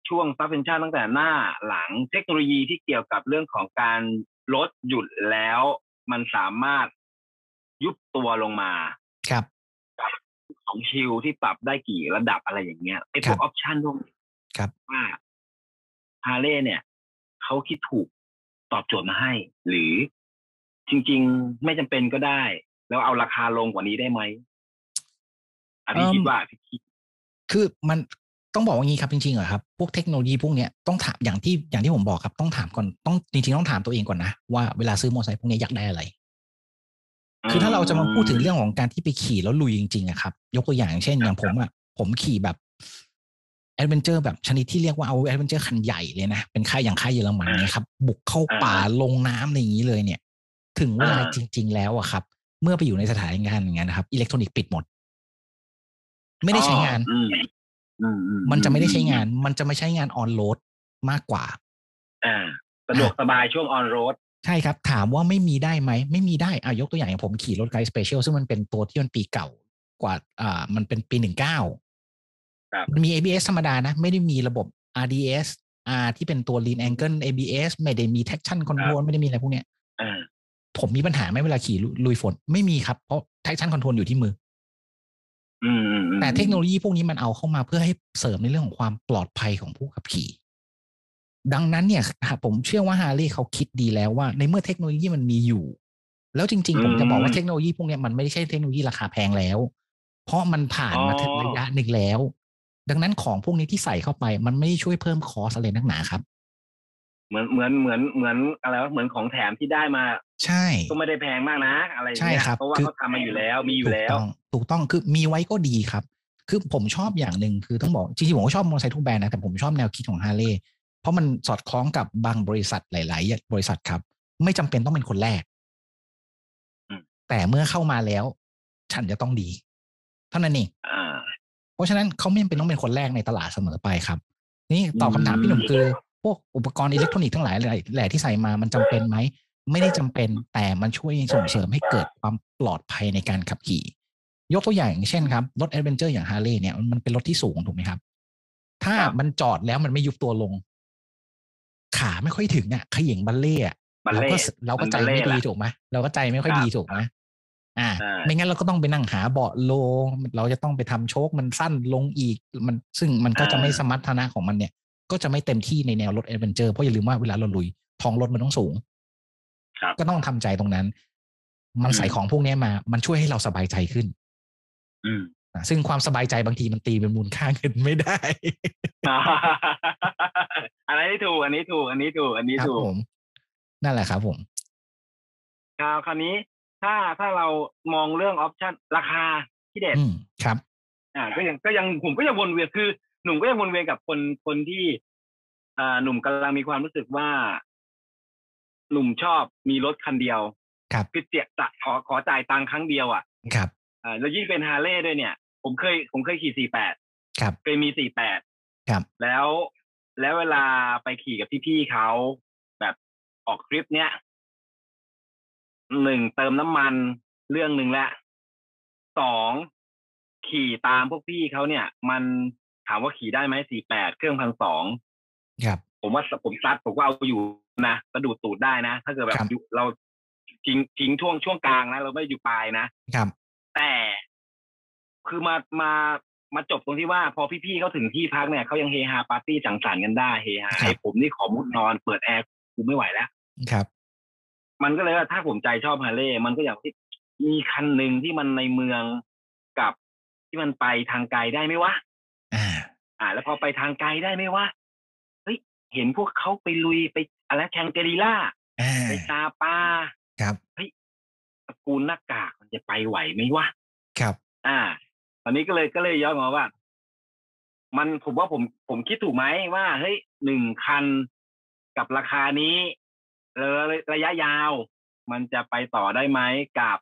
[SPEAKER 1] ช่วงซับเพนชั่นตั้งแต่หน้าหลังเทคโนโลยีที่เกี่ยวกับเรื่องของการลดหยุดแล้ว มันสามารถยุบตัวลงมา
[SPEAKER 2] ครับ
[SPEAKER 1] ของชิลที่ปรับได้กี่ระดับอะไรอย่างเงี้ยไอ้พวก
[SPEAKER 2] ค
[SPEAKER 1] อ
[SPEAKER 2] รั
[SPEAKER 1] อ
[SPEAKER 2] บ
[SPEAKER 1] ปชันพวกนี้
[SPEAKER 2] ครับ
[SPEAKER 1] ว่าฮาเล่เนี่ย เขาคิดถูกตอบโจทย์มาให้ หรือจริง ๆ ไม่จำเป็นก็ได้ แล้วเอาราคาลงกว่านี้ได้ไหมอันนี้คิดว่าพี่คิด
[SPEAKER 2] คือมันต้องบอกว่างี้ครับจริงๆเหรอครับ พวกเทคโนโลยีพวกเนี้ยต้องถามอย่างที่อย่างที่ผมบอกครับต้องถามก่อนต้องจริงๆต้องถามตัวเองก่อนนะว่าเวลาซื้อมอเตอร์ไซค์พวกเนี้ยอยากได้อะไร คือถ้าเราจะมาพูดถึงเรื่องของการที่ไปขี่แล้วลุยจริงๆอะครับ ยกตัวอย่างเช่นอย่างผมอะผมขี่แบบแอดเวนเจอร์แบบชนิดที่เรียกว่าเอาแอดเวนเจอร์คันใหญ่เลยนะ เป็นค่ายอย่างค่ายเยอรมันเนี่ยครับ บุกเข้าป่าลงน้ำอะไรอย่างนี้เลยเนี่ย ถึงเวลา
[SPEAKER 1] อ่า
[SPEAKER 2] จริง ๆ แล้วอะครับ เมื่อไปอยู่ในสถานการณ์อย่างนั้นนะครับอิเล็กทรอนิกส์ปิดหมด ไม่ได้ใช้งาน
[SPEAKER 1] อ๋ออืมอืมอื
[SPEAKER 2] มันจะไม่ได้ใช้งาน มันจะไม่ใช้งานออนโหลดมากกว่า
[SPEAKER 1] อ่าสะดวกสบายช่วงออนโรด
[SPEAKER 2] ใช่ครับ ถามว่าไม่มีได้ไหม ไม่มีได้อ่ะยกตัวอย่างอย่างผมขี่รถไกด์สเปเชียลซึ่งมันเป็นตัวที่มันปีเก่ากว่าอ่ามันเป็นปีหนึ่งเก้า
[SPEAKER 1] ครับ
[SPEAKER 2] มันมี ABS ธรรมดานะ ไม่ได้มีระบบ RDS R ที่เป็นตัว Lean Angle ABS ไม่ได้มี Traction Control ไม่ได้มีอะไรพวกเนี้ย
[SPEAKER 1] อ่า
[SPEAKER 2] ผมมีปัญหาไหมเวลาขี่ลุลุยฝนไม่มีครับ เพราะ Traction Control อยู่ที่มือ
[SPEAKER 1] อืมอืมอืม
[SPEAKER 2] แต่เทคโนโลยีพวกนี้มันเอาเข้ามาเพื่อให้เสริมในเรื่องของความปลอดภัยของผู้ขับขี่ ดังนั้นเนี่ยผมเชื่อว่าฮาร์ลีเขาคิดดีแล้วว่า ในเมื่อเทคโนโลยีมันมีอยู่ แล้วจริง ๆ ผมจะบอกว่าเทคโนโลยีพวกเนี้ยมันไม่ได้ใช่เทคโนโลยีราคาแพงแล้ว เพราะมันผ่านมาถึงระยะหนึ่งแล้ว ดังนั้นของพวกนี้ที่ใส่เข้าไป มันไม่ได้ช่วยเพิ่มคอสอะไรนักหนาครับ
[SPEAKER 1] เหมือนเหมือนเหมือนเหมือนอะไรวะเหมือนของแถมที่ได้มา
[SPEAKER 2] ใช่
[SPEAKER 1] ก็ไม่ได้แพงมากนะ อะไรอย่าง
[SPEAKER 2] ใช่
[SPEAKER 1] เงี้ย
[SPEAKER 2] ครับ
[SPEAKER 1] เพราะว่า
[SPEAKER 2] คือ
[SPEAKER 1] เขาทำมาอยู่แล้วมีอยู่แล้ว
[SPEAKER 2] ถูกต้องถูกต้องคือมีไว้ก็ดีครับ คือผมชอบอย่างหนึ่งคือต้องบอกจริงๆผมก็ชอบมอเตอร์ไซค์ทุกแบรนด์นะแต่ผมชอบแนวคิดของฮาร์เลย์เพราะมันสอดคล้องกับบางบริษัทหลาย ๆ บริษัทครับ ไม่จำเป็นต้องเป็นคนแรก
[SPEAKER 1] อืม
[SPEAKER 2] แต่เมื่อเข้ามาแล้ว ฉันจะต้องดี เท่านั้นเอง
[SPEAKER 1] อ่า
[SPEAKER 2] เพราะฉะนั้นเขาไม่จำเป็นต้องเป็นคนแรกในตลาดเสมอไปครับ นี่ตอบคำถามพี่หนุ่มคือ พวกอุปกรณ์อิเล็กทรอนิกส์ทั้งหลายแหล่ที่ใส่มามันจำเป็นไหม ไม่ได้จำเป็นแต่มันช่วยส่งเสริมให้เกิดความปลอดภัยในการขับขี่ ยกตัวอย่างอย่างเช่นครับรถแอดเวนเจอร์อย่างฮาร์เลย์เนี่ยมันเป็นรถที่สูงถูกไหมครับ ถ้า
[SPEAKER 1] ครับ
[SPEAKER 2] มันจอดแล้วมันไม่ยุบตัวลง ขาไม่ค่อยถึงอ่ะเขย่งบัลเล่อะ
[SPEAKER 1] บัล
[SPEAKER 2] เรา
[SPEAKER 1] เล่
[SPEAKER 2] ก็สเราก็ใจ
[SPEAKER 1] มันบัลเล่
[SPEAKER 2] ไม่ดี
[SPEAKER 1] ล่ะ
[SPEAKER 2] ถูกไหมเราก็ใจไม่ค่อย
[SPEAKER 1] ครับ
[SPEAKER 2] ดีถูกไหมอ่า
[SPEAKER 1] ใช่
[SPEAKER 2] ไม่งั้นเราก็ต้องไปนั่งหาเบาะโล เราจะต้องไปทำโชคมันสั้นลงอีกมันซึ่งมันก็จะไม่สมรรถนะของมันเนี่ย ก็จะไม่เต็มที่ในแนวรถแอดเวนเจอร์เพราะอย่าลืมว่าเวลาเราลุยท้องรถมันต้องสูง
[SPEAKER 1] ครับ
[SPEAKER 2] ก็ต้องทำใจตรงนั้น มันใส่ของพวกเนี้ยมา มันช่วยให้เราสบายใจขึ้น
[SPEAKER 1] อืม <laughs>
[SPEAKER 2] นะซึ่งความสบายใจบางทีมันตีเป็นมูลค่าเงินไม่ได้
[SPEAKER 1] อันนี้ถูกอันนี้ถูกอันนี้ถูกอันนี้
[SPEAKER 2] ครับ
[SPEAKER 1] ถูก
[SPEAKER 2] ผม นั่นแหละครับผม
[SPEAKER 1] คราวคราวนี้ถ้าถ้าเรามองเรื่องออปชันราคาที่เด็ด
[SPEAKER 2] อืมครับ
[SPEAKER 1] อ่าก็ยังก็ยังผมก็ยังวนเวียนคือ หนุ่มก็ยังวนเวียนกับคนคนที่อ่าหนุ่มกำลังมีความรู้สึกว่า หนุ่มชอบมีรถคันเดียว
[SPEAKER 2] ครับ
[SPEAKER 1] คือเจียจะขอขอจ่ายตังค์ครั้งเดียวอ่ะ
[SPEAKER 2] ครับ
[SPEAKER 1] อ่าแล้วยิ่งเป็นฮาร์เลย์ด้วยเนี่ย ผมเคยผมเคยขี่ 48
[SPEAKER 2] ครับ
[SPEAKER 1] เคยมี 48
[SPEAKER 2] ครับ
[SPEAKER 1] แล้ว แล้วเวลาไปขี่กับพี่ๆเขาแบบออกทริปเนี้ยหนึ่งเติมน้ำมันเรื่องหนึ่งและสองขี่ตามพวกพี่เขาเนี่ย มันถามว่าขี่ได้ไหม 48 เครื่องพันสอง
[SPEAKER 2] ครับ
[SPEAKER 1] ผมว่าผมซัดผมว่าเอาอยู่นะกระดูดตูดได้นะ ถ้าเกิดแบ
[SPEAKER 2] ครับ บ
[SPEAKER 1] อยู่เราทิ้งทิ้งช่วงช่วงกลางนะ เราไม่อยู่ปลายนะ
[SPEAKER 2] ครับ
[SPEAKER 1] แต่คือมามามาจบตรงที่ว่า พอพี่ๆเขาถึงที่พักเนี่ยเขายังเฮฮาปาร์ตี้สังสรรค์กันได้เฮฮา
[SPEAKER 2] ครับ
[SPEAKER 1] ไอ้ผมนี่ขอมุดนอนเปิดแอร์กูไม่ไหวแล้ว
[SPEAKER 2] ครับ
[SPEAKER 1] มันก็เลยว่าถ้าผมใจชอบฮาร์เลย์มันก็อย่างที่มีคันหนึ่งที่มันในเมืองกับที่มันไปทางไกลได้ไหมวะ
[SPEAKER 2] อ่า
[SPEAKER 1] อ่า แล้วพอไปทางไกลได้ไหมวะเฮ้ยเห็นพวกเขาไปลุยไปอะไรแชงเจรีล่า
[SPEAKER 2] อ่า
[SPEAKER 1] ไปซาปา
[SPEAKER 2] ครับ
[SPEAKER 1] ตระกูลหน้ากากมันจะไปไหวไหมวะ
[SPEAKER 2] ครับ
[SPEAKER 1] อ่า ตอนนี้ก็เลยก็เลยย้อนมาว่า มันผมว่าผมผมคิดถูกไหมว่าเฮ้ยหนึ่งคันกับราคานี้แล้วระยะยาว มันจะไปต่อได้ไหมกับ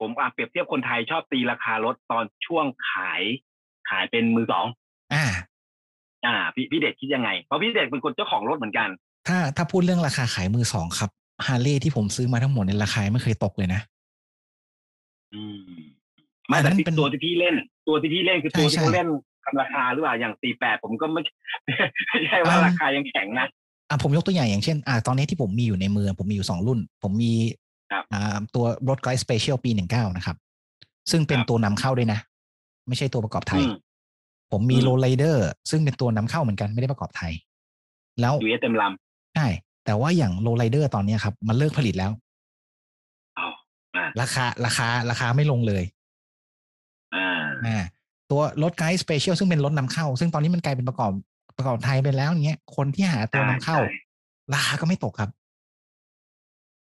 [SPEAKER 1] ผมอ่ะเปรียบเทียบคนไทยชอบตีราคารถตอนช่วงขาย ขายเป็นมือสอง
[SPEAKER 2] อ่า
[SPEAKER 1] อ่า พี่พี่เด็ดคิดยังไง เพราะพี่เด็ดเป็นคนเจ้าของรถเหมือนกัน
[SPEAKER 2] ถ้าถ้าพูดเรื่องราคาขายมือสองครับฮาร์เลย์ที่ผมซื้อมาทั้งหมดในยราคาไม่เคยตกเลยนะ
[SPEAKER 1] อืมไม่
[SPEAKER 2] อันนั้
[SPEAKER 1] แต่
[SPEAKER 2] น
[SPEAKER 1] ที่
[SPEAKER 2] เป็น
[SPEAKER 1] ตัวที่พี่เล่น ตัวที่พี่เล่นคือตัว
[SPEAKER 2] ใช่
[SPEAKER 1] ที่
[SPEAKER 2] ใช่
[SPEAKER 1] เขาเล่นทำราคาหรือเปล่าอย่าง 48 ผมก็ไม่ ไม่ใช่ว่า
[SPEAKER 2] อ่า
[SPEAKER 1] ราคายังแข็งนะ
[SPEAKER 2] อ่ะผมยกตัวอย่างอย่างเช่นอ่ะตอนนี้ที่ผมมีอยู่ในมือผมมีอยู่สองรุ่น ผมมี
[SPEAKER 1] ครับ
[SPEAKER 2] อ่าตัวรถไกด์สเปเชียลปีหนึ่งเก้านะครับ ซึ่งเป็นตัวนำเข้าด้วยนะ ไม่ใช่ตัวประกอบไทย
[SPEAKER 1] อืม
[SPEAKER 2] ผมมี
[SPEAKER 1] อืม
[SPEAKER 2] โรไลเดอร์ซึ่งเป็นตัวนำเข้าเหมือนกันไม่ได้ประกอบไทย แล้ว
[SPEAKER 1] อยู่เต็มล
[SPEAKER 2] ใช่แต่ว่าอย่างโรไลเดอร์ตอนเนี้ยครับ มันเลิกผลิตแล้ว
[SPEAKER 1] ำอ้าวอ่า
[SPEAKER 2] ราคาราคาราคาไม่ลงเลย
[SPEAKER 1] อ่า
[SPEAKER 2] อ่าตัวรถไกด์สเปเชียลซึ่งเป็นรถนำเข้า ซึ่งตอนนี้มันกลายเป็นประกอบประกอบไทยไปแล้วอย่างเงี้ยคนที่หาตัวนำเข้า
[SPEAKER 1] ใช่ใช่
[SPEAKER 2] ราคาก็ไม่ตกครับ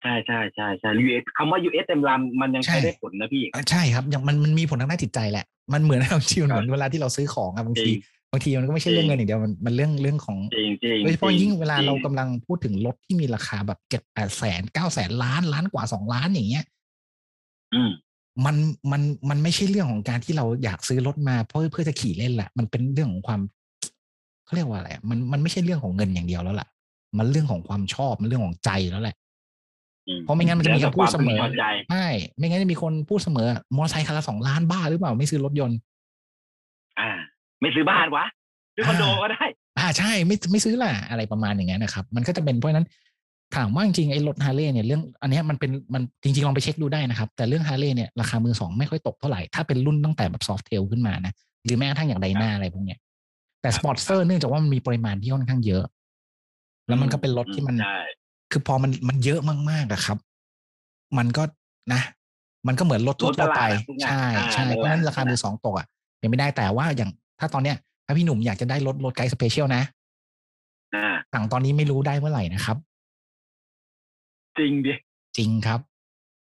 [SPEAKER 1] ใช่ใช่ใช่ใช่ US คำว่า US เต็มลำมันยัง
[SPEAKER 2] ใช่
[SPEAKER 1] ใช้ได้ผลนะพี่
[SPEAKER 2] อ่ะใช่ครับอย่างมันมันมีผลทางด้านจิตใจแหละ มันเหมือนเอาชิวเหมือนเวลาที่เราซื้อของอะบาง
[SPEAKER 1] จ
[SPEAKER 2] ที
[SPEAKER 1] ริง
[SPEAKER 2] บางทีมันก็ไม่ใช่เรื่องเงินอย่างเดียวมันมันเรื่องเรื่องของ
[SPEAKER 1] จริงจริง
[SPEAKER 2] โดยเฉพาะ
[SPEAKER 1] จริ
[SPEAKER 2] ยิ่งเวลา
[SPEAKER 1] จ
[SPEAKER 2] เรากำลังพูดถึงรถที่มีราคาแบบเจ็ดแปดแสนเก้าแสนล้านล้านกว่าสองล้านอย่างเงี้ย
[SPEAKER 1] อืม
[SPEAKER 2] มันมันมันไม่ใช่เรื่องของการที่เราอยากซื้อรถมาเพื่อเพื่อจะขี่เล่นละมันเป็นเรื่องของความเขาเรียกว่าอะไรอะมันมันไม่ใช่เรื่องของเงินอย่างเดียวแล้วล่ะ มันเรื่องของความชอบมันเรื่องของใจแล้วแหละ เพราะไม่งั้นมันจะมีคำพูดเสมอ
[SPEAKER 1] แล้วแต่ควาพึงพอใจ
[SPEAKER 2] ใช่ไม่งั้นจะมีคนพูดเสมอมอเตอร์ไซค์คันละสองล้านบ้าหรือเปล่าไม่ซื้อรถยนต์
[SPEAKER 1] อ่า ไม่ซื้อบ้านวะซื้อคอนโดก็ได้
[SPEAKER 2] อ่าใช่ไม่ไม่ซื้อล่ะอะไรประมาณอย่างเงี้ยนะครับ มันก็จะเป็นเพราะฉะนั้นถามว่าจริงๆไอ้รถฮาร์เลย์เนี่ยเรื่องอันเนี้ยมันเป็นมันจริงๆลองไปเช็คดูได้นะครับ แต่เรื่องฮาร์เลย์เนี่ยราคามือสองไม่ค่อยตกเท่าไหร่ ถ้าเป็นรุ่นตั้งแต่แบบซอฟเทลขึ้นมานะหรือแม้กระทั่งอย่างไดนาอะไรพวกเนี้ยแต่สปอร์ตเซอร์เนื่องจากว่ามันมีปริมาณที่ค่อนข้างเยอะ แล้วมันก็เป็นรถที่มัน
[SPEAKER 1] ใช่
[SPEAKER 2] คือพอมันมันเยอะมากๆอะครับ มันก็นะ มันก็เหมือนรถทั่วๆไป ใช่ใช่เพราะฉะนั้นราคามือสองตกอะยังไม่ได้แต่ว่าอย่างถ้าตอนเนี้ย ถ้าพี่หนุ่มอยากจะได้รถรถไกด์สเปเชียลนะ
[SPEAKER 1] อ่า
[SPEAKER 2] สั่งตอนนี้ไม่รู้ได้เมื่อไหร่นะครับ
[SPEAKER 1] จริงดิ
[SPEAKER 2] จริงครับ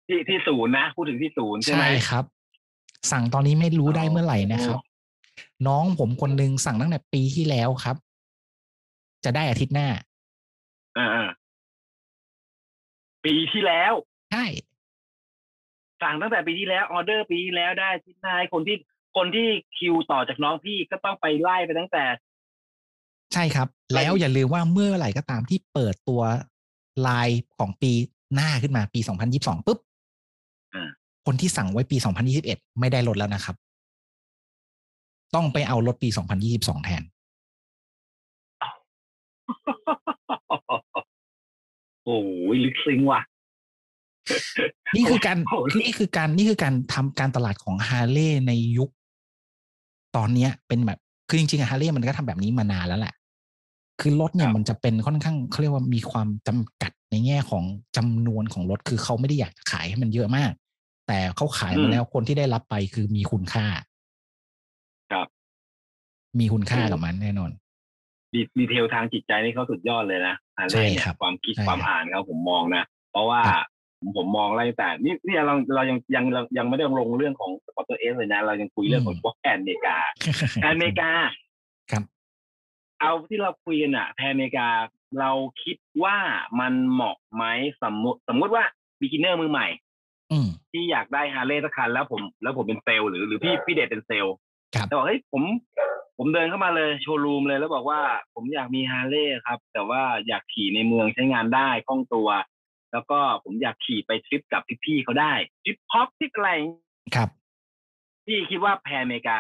[SPEAKER 1] ที่ที่ศูนย์นะพูดถึงที่ศูนย์ใช่
[SPEAKER 2] ใช่
[SPEAKER 1] ไหม
[SPEAKER 2] ครับ สั่งตอนนี้ไม่รู้ได้เมื่อไหร่นะครับ
[SPEAKER 1] อ๋
[SPEAKER 2] น้องผมคนหนึงสั่งตั้งแต่ปีที่แล้วครับ จะได้อาทิตย์หน้า
[SPEAKER 1] อ่าอ่าปีที่แล้ว
[SPEAKER 2] ใช่
[SPEAKER 1] สั่งตั้งแต่ปีที่แล้วออเดอร์ปีที่แล้วได้ที่นายคนที่คนที่คิวต่อจากน้องพี่ก็ต้องไปไล่ไปตั้งแต่ <laughs>
[SPEAKER 2] ใช่ครับ แล้วอย่าลืมว่าเมื่อไหร่ก็ตามที่เปิดตัวลายของปีหน้าขึ้นมาปี 2022ปุ๊บ
[SPEAKER 1] อ่า
[SPEAKER 2] คนที่สั่งไว้ปี 2021 ไม่ได้ลดแล้วนะครับ ต้องไปเอารถปี 2022 แทน
[SPEAKER 1] โอ้ยลึกซึ้งว่ะ
[SPEAKER 2] นี่คือการ
[SPEAKER 1] โอ้โห
[SPEAKER 2] คือนี่คือการนี่คือการทำการตลาดของฮาร์เลย์ในยุค ตอนเนี้ยเป็นแบบ คือจริงๆฮาร์เลย์มันก็ทำแบบนี้มานานแล้วแหละ คือรถเนี่ยมันจะเป็นค่อนข้างเขาเรียกว่ามีความจำกัดในแง่ของจำนวนของรถ คือเขาไม่ได้อยากจะขายให้มันเยอะมาก แต่เขาขายมาแล้วคนที่ได้รับไปคือมีคุณค่า
[SPEAKER 1] ครับ
[SPEAKER 2] มีคุณค่า
[SPEAKER 1] อืม
[SPEAKER 2] กับมันแน่นอน
[SPEAKER 1] ดีดีเทลทางจิตใจนี่เขาสุดยอดเลยนะฮาร์
[SPEAKER 2] ใช่
[SPEAKER 1] เลย์เนี่
[SPEAKER 2] ครั
[SPEAKER 1] ย
[SPEAKER 2] บ
[SPEAKER 1] ความคิด
[SPEAKER 2] ใช่
[SPEAKER 1] ความ
[SPEAKER 2] ครับ
[SPEAKER 1] อ่านเขาผมมองนะ เพราะว่า
[SPEAKER 2] ครับ
[SPEAKER 1] ผมผมมองไล่แต่นี่นี่เราเรายังยังยังยังไม่ได้ลงเรื่องของสปอร์ตเอสเลยนะ เรายังคุยเรื่องของวอลแอนอเมริกาแอนอเมริกา
[SPEAKER 2] ครับ
[SPEAKER 1] เอาที่เราคุยกันอะแทนอเมริกา เราคิดว่ามันเหมาะไหมสมมติสมมติว่าบิ๊กินเนอร์มือใหม่
[SPEAKER 2] อืม
[SPEAKER 1] ที่อยากได้ฮาร์เลย์สักคันแล้วผมแล้วผมเป็นเซลล์หรือหรือพี่พี่เดชเป็นเซลล์
[SPEAKER 2] ครับ
[SPEAKER 1] แต่บอกเฮ้ยผม ผมเดินเข้ามาเลยโชว์รูมเลยแล้วบอกว่าผมอยากมีฮาร์เลย์ครับ แต่ว่าอยากขี่ในเมืองใช้งานได้คล่องตัว แล้วก็ผมอยากขี่ไปทริปกับพี่ๆเขาได้ทริปฮอปทริปอะไร
[SPEAKER 2] ครับ
[SPEAKER 1] พี่คิดว่าแพนอเมริกา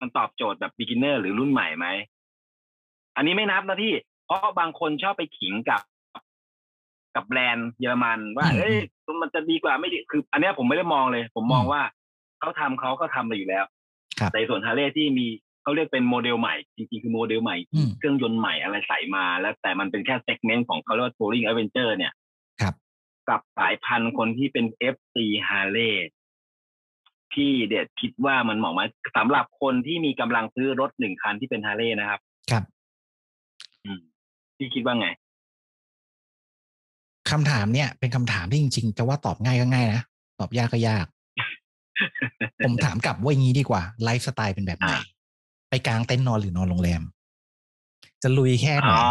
[SPEAKER 1] มันตอบโจทย์แบบบิ๊กินเนอร์หรือรุ่นใหม่ไหมอันนี้ไม่นับนะพี่ เพราะบางคนชอบไปขิงกับ กับแบรนด์เยอรมัน ว่า
[SPEAKER 2] อืม
[SPEAKER 1] เอ้ยมันจะดีกว่าไม่ดีคือ อันเนี้ยผมไม่ได้มองเลย ผมมอง
[SPEAKER 2] อืม
[SPEAKER 1] ว่าเขาทำเขาก็ทำมาอยู่แล้ว
[SPEAKER 2] ครับ
[SPEAKER 1] แต่ส่วนฮาร์เลย์ที่มีเขาเรียกเป็นโมเดลใหม่ จริงๆ คือโมเดลใหม่
[SPEAKER 2] อืม
[SPEAKER 1] เครื่องยนต์ใหม่อะไรใส่มา แล้วแต่มันเป็นแค่เซกเมนต์ของเขาเรียกว่า Touring Avenger เนี่ย
[SPEAKER 2] ครับ
[SPEAKER 1] กับสายพันธุ์คนที่เป็น FC Harley ที่เด็ดคิดว่ามันเหมาะไหมสำหรับคนที่มีกำลังซื้อรถหนึ่งคันที่เป็น Harley นะครับ
[SPEAKER 2] ครับ
[SPEAKER 1] อืมพี่คิดว่าไง
[SPEAKER 2] คำถามเนี่ยเป็นคำถามที่จริงๆจะว่าตอบง่ายก็ง่ายนะตอบยากก็ยาก ผมถามกลับว่าอย่างนี้ดีกว่าไลฟ์สไตล์เป็นแบบไหน
[SPEAKER 1] อ่ะ
[SPEAKER 2] ไปกลางเต็นท์นอนหรือนอนโรงแรม จะลุยแค่ไหน
[SPEAKER 1] อ๋อ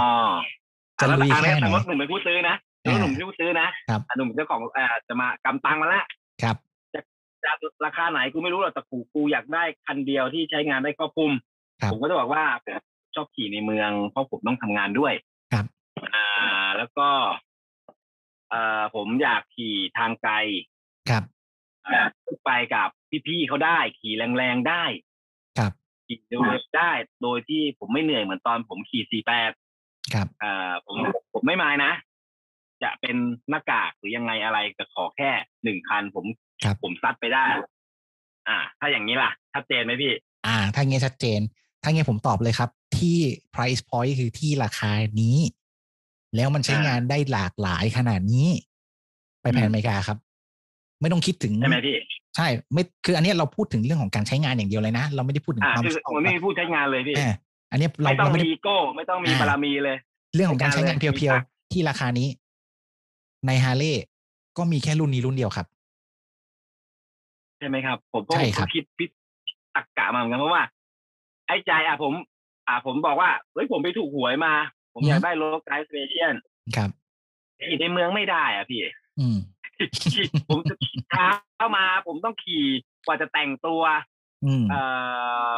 [SPEAKER 2] จะลุย
[SPEAKER 1] อ่ะ
[SPEAKER 2] แค่ไห
[SPEAKER 1] ส
[SPEAKER 2] น
[SPEAKER 1] มมติหนุ่มเป็นผู้ซื้อนะสมมติหนุ่มเป็นผู้ซื้อนะครับ อ่ะหนุ่มเจ้าของอ่าจะมากำตังมาแล้ว
[SPEAKER 2] ครับ
[SPEAKER 1] จะราคาไหนกูไม่รู้หรอกแต่กูกูอยากได้คันเดียวที่ใช้งานได้ครอบคลุม
[SPEAKER 2] ครับ
[SPEAKER 1] ผมก็จะบอกว่าผมชอบขี่ในเมืองเพราะผมต้องทำงานด้วย
[SPEAKER 2] ครับ
[SPEAKER 1] อ่า แล้วก็เอ่อผมอยากขี่ทางไกล
[SPEAKER 2] ครับ
[SPEAKER 1] อ่าไปกับพี่ๆเขาได้ ขี่แรงๆได้
[SPEAKER 2] ครับ
[SPEAKER 1] ขี่เร็วๆได้ โดยที่ผมไม่เหนื่อยเหมือนตอนผมขี่ 48
[SPEAKER 2] ครับ
[SPEAKER 1] เอ่อผมผมไม่มายนะ จะเป็นหน้ากากหรือยังไงอะไรแต่ขอแค่หนึ่งคันผม
[SPEAKER 2] ครับ
[SPEAKER 1] ผมซัดไปได้ อ่า ถ้าอย่างนี้ล่ะชัดเจนไหมพี่
[SPEAKER 2] อ่า ถ้าเงี้ยชัดเจน ถ้าเงี้ยผมตอบเลยครับ ที่ price point คือที่ราคานี้ แล้วมันใช้
[SPEAKER 1] อ่าง
[SPEAKER 2] งานได้หลากหลายขนาดนี้ ไปแผน
[SPEAKER 1] อืม
[SPEAKER 2] อเมริกาครับ ไม่ต้องคิดถึง
[SPEAKER 1] ใช่ไหมพี่
[SPEAKER 2] ใช่ ไม่คืออันเนี้ยเราพูดถึงเรื่องของการใช้งานอย่างเดียวเลยนะ เราไม่ได้พูดถึง
[SPEAKER 1] อ่า
[SPEAKER 2] ความ
[SPEAKER 1] คือ
[SPEAKER 2] ชอบ
[SPEAKER 1] มันไม่มีผู้ใช้งานเลยพี่
[SPEAKER 2] อ่าอันเนี้ยเรา
[SPEAKER 1] ไม่ต้อง
[SPEAKER 2] เราไม่
[SPEAKER 1] มี
[SPEAKER 2] ได้
[SPEAKER 1] อีโก้ ไม่ต้องมี
[SPEAKER 2] อ่า
[SPEAKER 1] บารมีเลย
[SPEAKER 2] เรื่องของการใช้งาน
[SPEAKER 1] ใช้งานเลย
[SPEAKER 2] เพียวๆ ที่ราคานี้ ในฮาร์เลย์ก็มีแค่รุ่นนี้รุ่นเดียวครับ
[SPEAKER 1] ใช่ไหมครับ ผมก็
[SPEAKER 2] ใช่ครับ
[SPEAKER 1] ผมคิดพิดตักกะมาเหมือนกันเพราะว่า ไอ้ใจอ่ะผม อ่า ผมบอกว่าเฮ้ยผมไปถูกหวยมา ผมอยากได้รถไกด์สเปเชียล
[SPEAKER 2] ครับ
[SPEAKER 1] ขี่ในเมืองไม่ได้อ่ะพี่ <laughs>
[SPEAKER 2] อืม
[SPEAKER 1] ผมจะเช้าเข้ามา ผมต้องขี่กว่าจะแต่งตัว
[SPEAKER 2] อืม
[SPEAKER 1] เอ่อ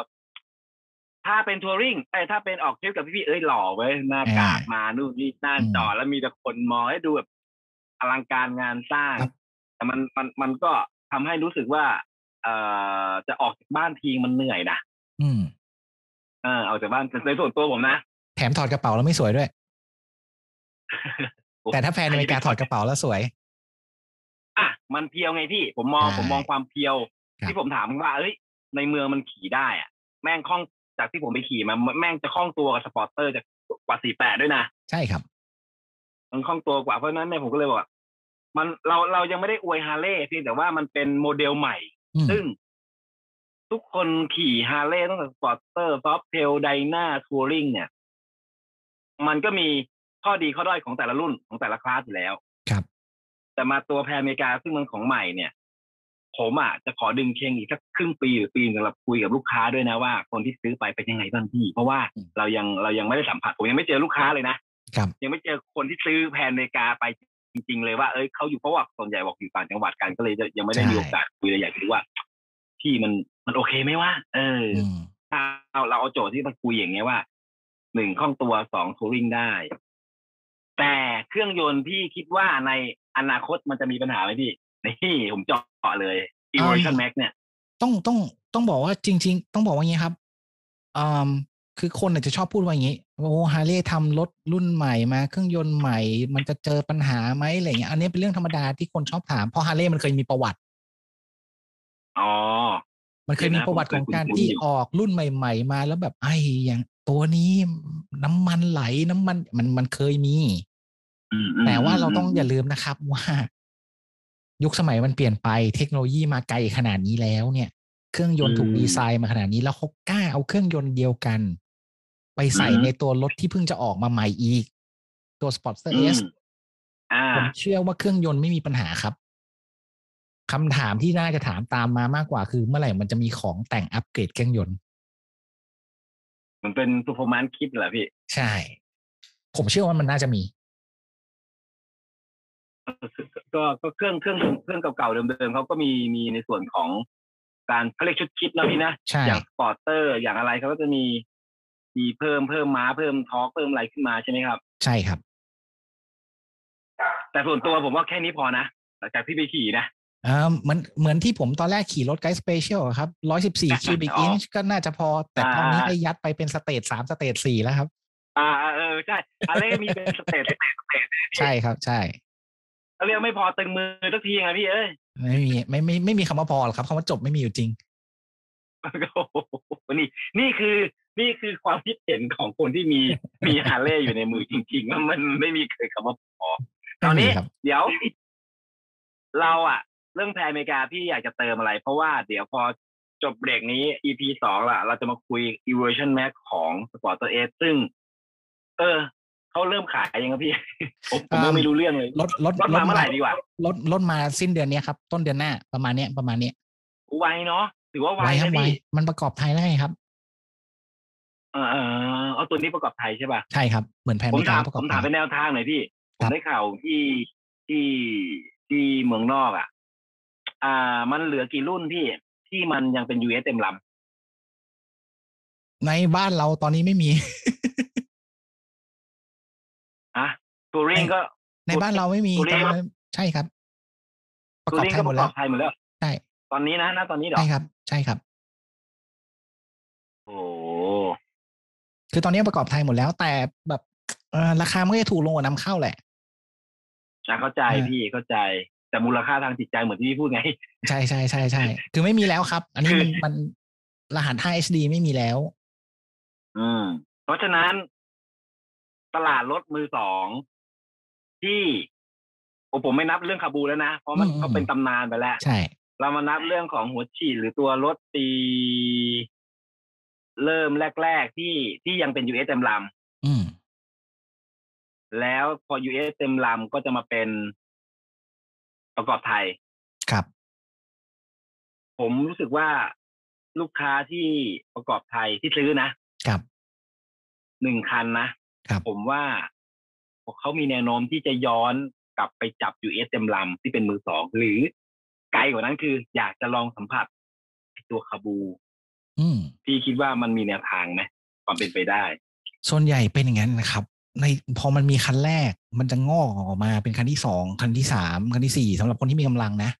[SPEAKER 1] ถ้าเป็นทัวริงไอ้ยถ้าเป็นออกทริปกับพี่ๆเอ้ยหล่อเว้ยหน้ากาก
[SPEAKER 2] อ่าม
[SPEAKER 1] มานู่นนี่นั่น
[SPEAKER 2] อืม
[SPEAKER 1] จอดแล้วมีแต่คนมองให้ดูแบบอลังการงานสร้าง
[SPEAKER 2] ครับ
[SPEAKER 1] แต่มันมันมันก็ทำให้รู้สึกว่า เอ่อจะออกจากบ้านทีมันเหนื่อยนะ
[SPEAKER 2] อืม
[SPEAKER 1] เออออกจากบ้านในส่วนตัวผมนะ
[SPEAKER 2] แถมถอดกระเป๋าแล้วไม่สวยด้วย แต่ถ้าแฟนอเมริกาถอดกระเป๋าแล้วสวย
[SPEAKER 1] อ่ะมันเพียวไงพี่ผมมอง
[SPEAKER 2] ใช่
[SPEAKER 1] ผมมองความเพียว
[SPEAKER 2] ครับ
[SPEAKER 1] ที่ผมถามว่าเอ้ยในเมืองมันขี่ได้อะแม่งคล่องจากที่ผมไปขี่มาแม่งจะคล่องตัวกับสปอร์ตเตอร์จากกว่าสี่แปดด้วยนะ
[SPEAKER 2] ใช่ครับ
[SPEAKER 1] มันคล่องตัวกว่าเพราะฉะนั้นเนี่ยผมก็เลยบอกว่ามันเราเรายังไม่ได้อวยฮาร์เลย์เพียงแต่ว่ามันเป็นโมเดลใหม่
[SPEAKER 2] อืม
[SPEAKER 1] ซึ่ง ทุกคนขี่ฮาร์เลย์ตั้งแต่สปอร์ตเตอร์ซอฟเทลไดนาทัวริงเนี่ย มันก็มีข้อดีข้อด้อยของแต่ละรุ่นของแต่ละคลาสอยู่แล้ว
[SPEAKER 2] ครับ
[SPEAKER 1] แต่มาตัวแพรอเมริกาซึ่งมันของใหม่เนี่ย ผมอ่ะจะขอดึงเคงอีกสักครึ่งปีหรือปีหนึ่งสำหรับคุยกับลูกค้าด้วยนะว่าคนที่ซื้อไปเป็นยังไงบ้างพี่ เพราะว่าเรายังเรายังไม่ได้สัมผัสผมยังไม่เจอลูกค้าเลยนะ
[SPEAKER 2] ครับ
[SPEAKER 1] ยังไม่เจอคนที่ซื้อแพนอเมริกาไปจริง ๆ เลยว่าเอ้ยเขาอยู่เพราะว่าส่วนใหญ่บอกอยู่ต่างจังหวัดกันก็เลยยังไม่ได้
[SPEAKER 2] ใช่
[SPEAKER 1] มีโอกาสคุยเลยอยากรู้ว่าพี่มันมันโอเคไหมว่า เออ
[SPEAKER 2] อืม
[SPEAKER 1] ถ้าเราเราเอาโจทย์ที่มาคุยอย่างเงี้ยว่าหนึ่งคล่องตัวสองทูริงได้ แต่เครื่องยนต์ที่คิดว่าในอนาคตมันจะมีปัญหาไหมพี่ <laughs> นี่ผมเจาะเลย Evolution Max เนี่ย
[SPEAKER 2] ต้องต้องต้องบอกว่าจริง ๆ ต้องบอกว่าอย่างนี้ครับอืมคือคนอาจจะชอบพูดว่าอย่างนี้ว่าโอ้ฮาร์เลย์ทำรถรุ่นใหม่มาเครื่องยนต์ใหม่ มันจะเจอปัญหาไหมอะไรอย่างเงี้ยอันนี้เป็นเรื่องธรรมดาที่คนชอบถามเพราะฮาร์เลย์มันเคยมีประวัติ
[SPEAKER 1] อ๋อ
[SPEAKER 2] มันเคยมีประวัติของการ
[SPEAKER 1] เดี๋ยวนะผมเคยคุ้นๆ
[SPEAKER 2] ที่
[SPEAKER 1] อยู่
[SPEAKER 2] ออกรุ่นใหม่ ๆ มาแล้วแบบไอ้อย่างตัวนี้น้ำมันไหลน้ำมันมันมันเคยมี
[SPEAKER 1] อืมอืม
[SPEAKER 2] แต่ว่าเราต้อง
[SPEAKER 1] ม
[SPEAKER 2] อย่าลืมนะครับว่า ยุคสมัยมันเปลี่ยนไปเทคโนโลยีมาไกลขนาดนี้แล้วเนี่ย เครื่องยนต์ถูกดีไซน์มาขนาดนี้แล้วเขากล้าเอาเครื่องยนต์เดียวกัน ไปใส่ในตัวรถที่เพิ่งจะออกมาใหม่อีก ตัว s p o r t
[SPEAKER 1] อื
[SPEAKER 2] e r S
[SPEAKER 1] มอ่า
[SPEAKER 2] ผมเชื่อว่าเครื่องยนต์ไม่มีปัญหาครับคำถามที่น่าจะถามตามมามากกว่าคือเมื่อไหร่มันจะมีของแต่งอัปเกรดเครื่องยนต์
[SPEAKER 1] มันเป็นซูเปอร์แมนคิดเหรอพี่
[SPEAKER 2] ใช่ ผมเชื่อว่ามันน่าจะมี
[SPEAKER 1] ก็ก็เครื่องเครื่องเครื่องเก่าๆเดิมๆเขาก็มีมีในส่วนของการเขาเรียกชุดคิดแล้วพี่นะ
[SPEAKER 2] ใช่
[SPEAKER 1] อย่างสปอร์เตอร์อย่างอะไรเขาก็จะมีมีเพิ่มเพิ่มม้าเพิ่มทอร์กเพิ่มอะไรขึ้นมาใช่ไหมครับ
[SPEAKER 2] ใช่ครับ
[SPEAKER 1] แต่ส่วนตัวผมว่าแค่นี้พอนะหลังจากที่ไปขี่นะ
[SPEAKER 2] เออเหมือนเหมือนที่ผมตอนแรกขี่รถไกด์สเปเชียลครับร้อยสิบสี่คิวบิก
[SPEAKER 1] อ๋
[SPEAKER 2] อิ
[SPEAKER 1] อน
[SPEAKER 2] ก็น่าจะพอ แต่ตอนนี้
[SPEAKER 1] อ่า
[SPEAKER 2] ได้ยัดไปเป็นสเตจสามสเตจสี่แล้วครับ
[SPEAKER 1] อ่าอ่าเออใช่อะไรมีเป็นสเตจ
[SPEAKER 2] ใช่ครับ ใช่
[SPEAKER 1] เขาเรียกไม่พอตึงมือสักทีไงพี่เอ้ย
[SPEAKER 2] ไม่มีไม่ไม่ไม่มีคำว่าพอหรอกครับคำว่าจบไม่มีอยู่จริง
[SPEAKER 1] โอ้โหนี่นี่คือนี่คือความคิดเห็นของคนที่มีมีฮาร์เลย์อยู่ในมือจริงๆว่ามันไม่มีเคยคำว่าพอ ตอนนี้
[SPEAKER 2] ไม่มีครับ
[SPEAKER 1] เดี๋ยว เราอะเรื่องแพรอเมริกาพี่อยากจะเติมอะไร เพราะว่าเดี๋ยวพอจบเบรกนี้ EP สองล่ะ เราจะมาคุย Evolution Max ของ Sporter S ซึ่ง เออเขาเริ่มขายยังครับพี่ <laughs> ผมผมยังไม่รู้เรื่องเลย
[SPEAKER 2] รถรถ
[SPEAKER 1] รถมาเมื่อไหร่ดีกว่า
[SPEAKER 2] ลดลดมาสิ้นเดือนเนี้ยครับ ต้นเดือนหน้าประมาณเนี้ยประมาณเนี้ย
[SPEAKER 1] ไวเนาะถือว่าไว
[SPEAKER 2] ไวครับ
[SPEAKER 1] นะ
[SPEAKER 2] ไว
[SPEAKER 1] พี่
[SPEAKER 2] มันประกอบไทยได้ครับ
[SPEAKER 1] เออเออเอาตัวนี้ประกอบไทยใช่ป่ะ
[SPEAKER 2] ใช่ครับ เหมือนแผน
[SPEAKER 1] ผม
[SPEAKER 2] ในกา
[SPEAKER 1] ถาร ม
[SPEAKER 2] ประก
[SPEAKER 1] ผ
[SPEAKER 2] อบ
[SPEAKER 1] ม
[SPEAKER 2] ไท
[SPEAKER 1] ถาม
[SPEAKER 2] ย
[SPEAKER 1] เป็นแนวทางหน่อยพี่ ผม
[SPEAKER 2] ครับ
[SPEAKER 1] ได้ข่าวที่ที่ที่เมืองนอกอ่ะ อ่า มันเหลือกี่รุ่นพี่ที่มันยังเป็น US เต็มลำ
[SPEAKER 2] ในบ้านเราตอนนี้ไม่มี
[SPEAKER 1] อะทูริง
[SPEAKER 2] ใน
[SPEAKER 1] ก็
[SPEAKER 2] ในบ้านเราไม่มี
[SPEAKER 1] ตัวเลข
[SPEAKER 2] ใช่ครับ ประ
[SPEAKER 1] ทู
[SPEAKER 2] กอบ
[SPEAKER 1] ริง
[SPEAKER 2] ไท
[SPEAKER 1] ก็
[SPEAKER 2] ยห
[SPEAKER 1] ป
[SPEAKER 2] มด
[SPEAKER 1] ระกอ
[SPEAKER 2] แล้ว
[SPEAKER 1] บไทยหมดแล้ว
[SPEAKER 2] ใช่
[SPEAKER 1] ตอนนี้นะณตอนนี้เหรอ
[SPEAKER 2] ใช่ครับ ใช่ครับ
[SPEAKER 1] โอ้โห
[SPEAKER 2] คือตอนนี้ประกอบไทยหมดแล้วแต่แบบเอ่อราคามันก็จะถูกลงกว่านำเข้าแหละ
[SPEAKER 1] อ่ะเข้าใจ
[SPEAKER 2] เออ
[SPEAKER 1] พี่เข้าใจ แต่มูลค่าทางจิตใจเหมือนที่พี่พูดไง
[SPEAKER 2] ใช่ใช่ใช่
[SPEAKER 1] <laughs>
[SPEAKER 2] ใช่คือไม่มีแล้วครับ อันนี้
[SPEAKER 1] คือ
[SPEAKER 2] มันมันรหัส 5HD ไม่มีแล้ว
[SPEAKER 1] อืม เพราะฉะนั้น ตลาดรถมือสองที่โอ้ผมไม่นับเรื่องคาบูแล้วนะ เพราะมัน
[SPEAKER 2] อืมอืม
[SPEAKER 1] ก็เป็นตำนานไปแล้ว
[SPEAKER 2] ใช่
[SPEAKER 1] เรามานับเรื่องของหัวฉีดหรือตัวรถตี เริ่มแรก ๆ ที่ที่ยังเป็น US เต็มลำ
[SPEAKER 2] อืม
[SPEAKER 1] แล้วพอ US เต็มลำก็จะมาเป็นประกอบไทย
[SPEAKER 2] ครับ
[SPEAKER 1] ผมรู้สึกว่าลูกค้าที่ประกอบไทยที่ซื้อนะครับ หนึ่งคันนะครับ ผมว่าเขามีแนวโน้มที่จะย้อนกลับไปจับ US เต็มลำที่เป็นมือสอง หรือไกลกว่านั้นคือ อยากจะลองสัมผัสตัวคาบู
[SPEAKER 2] อืม
[SPEAKER 1] พี่คิดว่ามันมีแนวทางไหมความเป็นไปได้
[SPEAKER 2] ส่วนใหญ่เป็นอย่างนั้นนะครับ ในพอมันมีคันแรก มันจะงอกออกมาเป็นคันที่สองคันที่สามคันที่สี่สำหรับคนที่มีกำลังนะ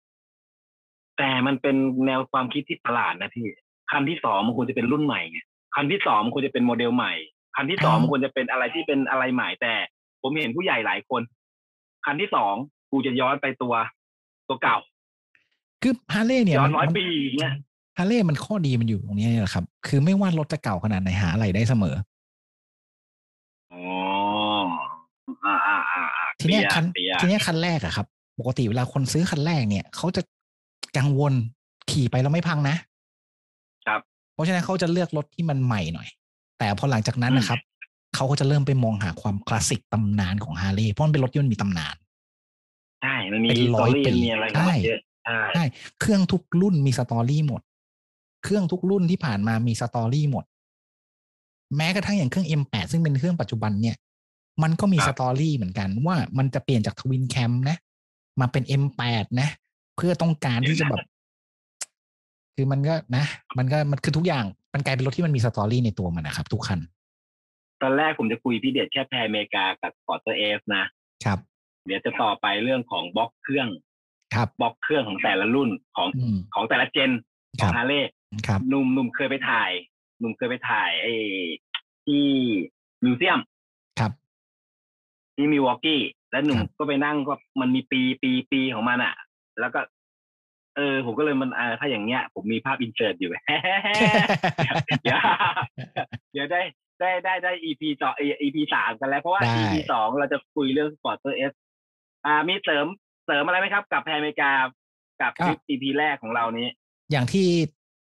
[SPEAKER 1] แต่มันเป็นแนวความคิดที่ประหลาดนะพี่ คันที่สองมันควรจะเป็นรุ่นใหม่ไงคันที่สองมันควรจะเป็นโมเดลใหม่ คันที่สอง
[SPEAKER 2] อ่ามั
[SPEAKER 1] มันควรจะเป็นอะไรที่เป็นอะไรใหม่ แต่ผมเห็นผู้ใหญ่หลายคน คันที่สองกูจะย้อนไปตัว ตัวเก่า
[SPEAKER 2] คือฮาร์เลย์เนี่ย
[SPEAKER 1] ย้อน
[SPEAKER 2] มั
[SPEAKER 1] ร้อย
[SPEAKER 2] มั
[SPEAKER 1] ปีอย่างเงี้ย
[SPEAKER 2] ฮาร์เลย์มันข้อดีมันอยู่ตรงนี้นี่แหละครับ คือไม่ว่ารถจะเก่าขนาดไหนหาอะไรได้เสมอ
[SPEAKER 1] อ๋อ อ่าอ่าอ่าอ่า
[SPEAKER 2] ทีเนี้ย
[SPEAKER 1] เปีย
[SPEAKER 2] คัน
[SPEAKER 1] เปีย
[SPEAKER 2] ทีเนี้ยคันแรกอะครับ ปกติเวลาคนซื้อคันแรกเนี่ยเขาจะกังวลขี่ไปแล้วไม่พังนะ
[SPEAKER 1] ครับ
[SPEAKER 2] เพราะฉะนั้นเขาจะเลือกรถที่มันใหม่หน่อย แต่พอหลังจากนั้นนะครับ เขาก็จะเริ่มไปมองหาความคลาสสิกตำนานของฮาร์เลย์เพราะมันเป็นรถยนต์มีตำนาน
[SPEAKER 1] ใช่มันมี
[SPEAKER 2] เป็น
[SPEAKER 1] สต
[SPEAKER 2] ร้อ
[SPEAKER 1] อย รี่
[SPEAKER 2] ปี
[SPEAKER 1] มีอะไรกันมาเยอะใช่
[SPEAKER 2] ใช่ เครื่องทุกรุ่นมีสตอรี่หมด เครื่องทุกรุ่นที่ผ่านมามีสตอรี่หมด แม้กระทั่งอย่างเครื่อง M8 ซึ่งเป็นเครื่องปัจจุบันเนี่ย มันก็มีสตอรี่เหมือนกันว่ามันจะเปลี่ยนจากทวินแคมนะ มาเป็น M8 นะ เพื่อต้องการที่จะแบบ คือมันก็นะ มันก็มันคือทุกอย่าง มันกลายเป็นรถที่มันมีสตอรี่ในตัวมันนะครับ ทุกคัน
[SPEAKER 1] ตอนแรกผมจะคุยพี่เดชแค่แพรอเมริกากับคอร์เตอร์เอฟนะ
[SPEAKER 2] ครับ
[SPEAKER 1] เดี๋ยวจะต่อไปเรื่องของบล็อกเครื่อง
[SPEAKER 2] ครับ
[SPEAKER 1] บล็อกเครื่องของแต่ละรุ่นของ
[SPEAKER 2] อืม
[SPEAKER 1] ของแต่ละเจนข
[SPEAKER 2] ครั
[SPEAKER 1] อง
[SPEAKER 2] บ
[SPEAKER 1] ฮาร์เลย์
[SPEAKER 2] ครับ
[SPEAKER 1] หนุ่มหนุ่มเคยไปถ่าย หนุ่มเคยไปถ่ายไอ้ที่มิวเซียม
[SPEAKER 2] ครับ
[SPEAKER 1] ที่มิวอกกี้ แล้วหนุ่ม
[SPEAKER 2] ครับ
[SPEAKER 1] ก็ไปนั่งก็มันมีปีปีปีของมันอะแล้วก็ เออ ผมก็เลยมันเออถ้าอย่างเงี้ย ผมมีภาพอินเสิร์ตอยู่ <laughs> เดี๋ยวเดี๋ยวได้ได้ได้ได้ EP ต่อ EP สามกันแล้ว เพราะว่า
[SPEAKER 2] ได้
[SPEAKER 1] EP สองเราจะคุยเรื่อง Sporter S อ่า มีเสริมเสริมอะไรไหมครับ กับแพรอเมริกากับ
[SPEAKER 2] ค
[SPEAKER 1] ค
[SPEAKER 2] รับ
[SPEAKER 1] ลิป EP แรกของเรานี้
[SPEAKER 2] อย่างที่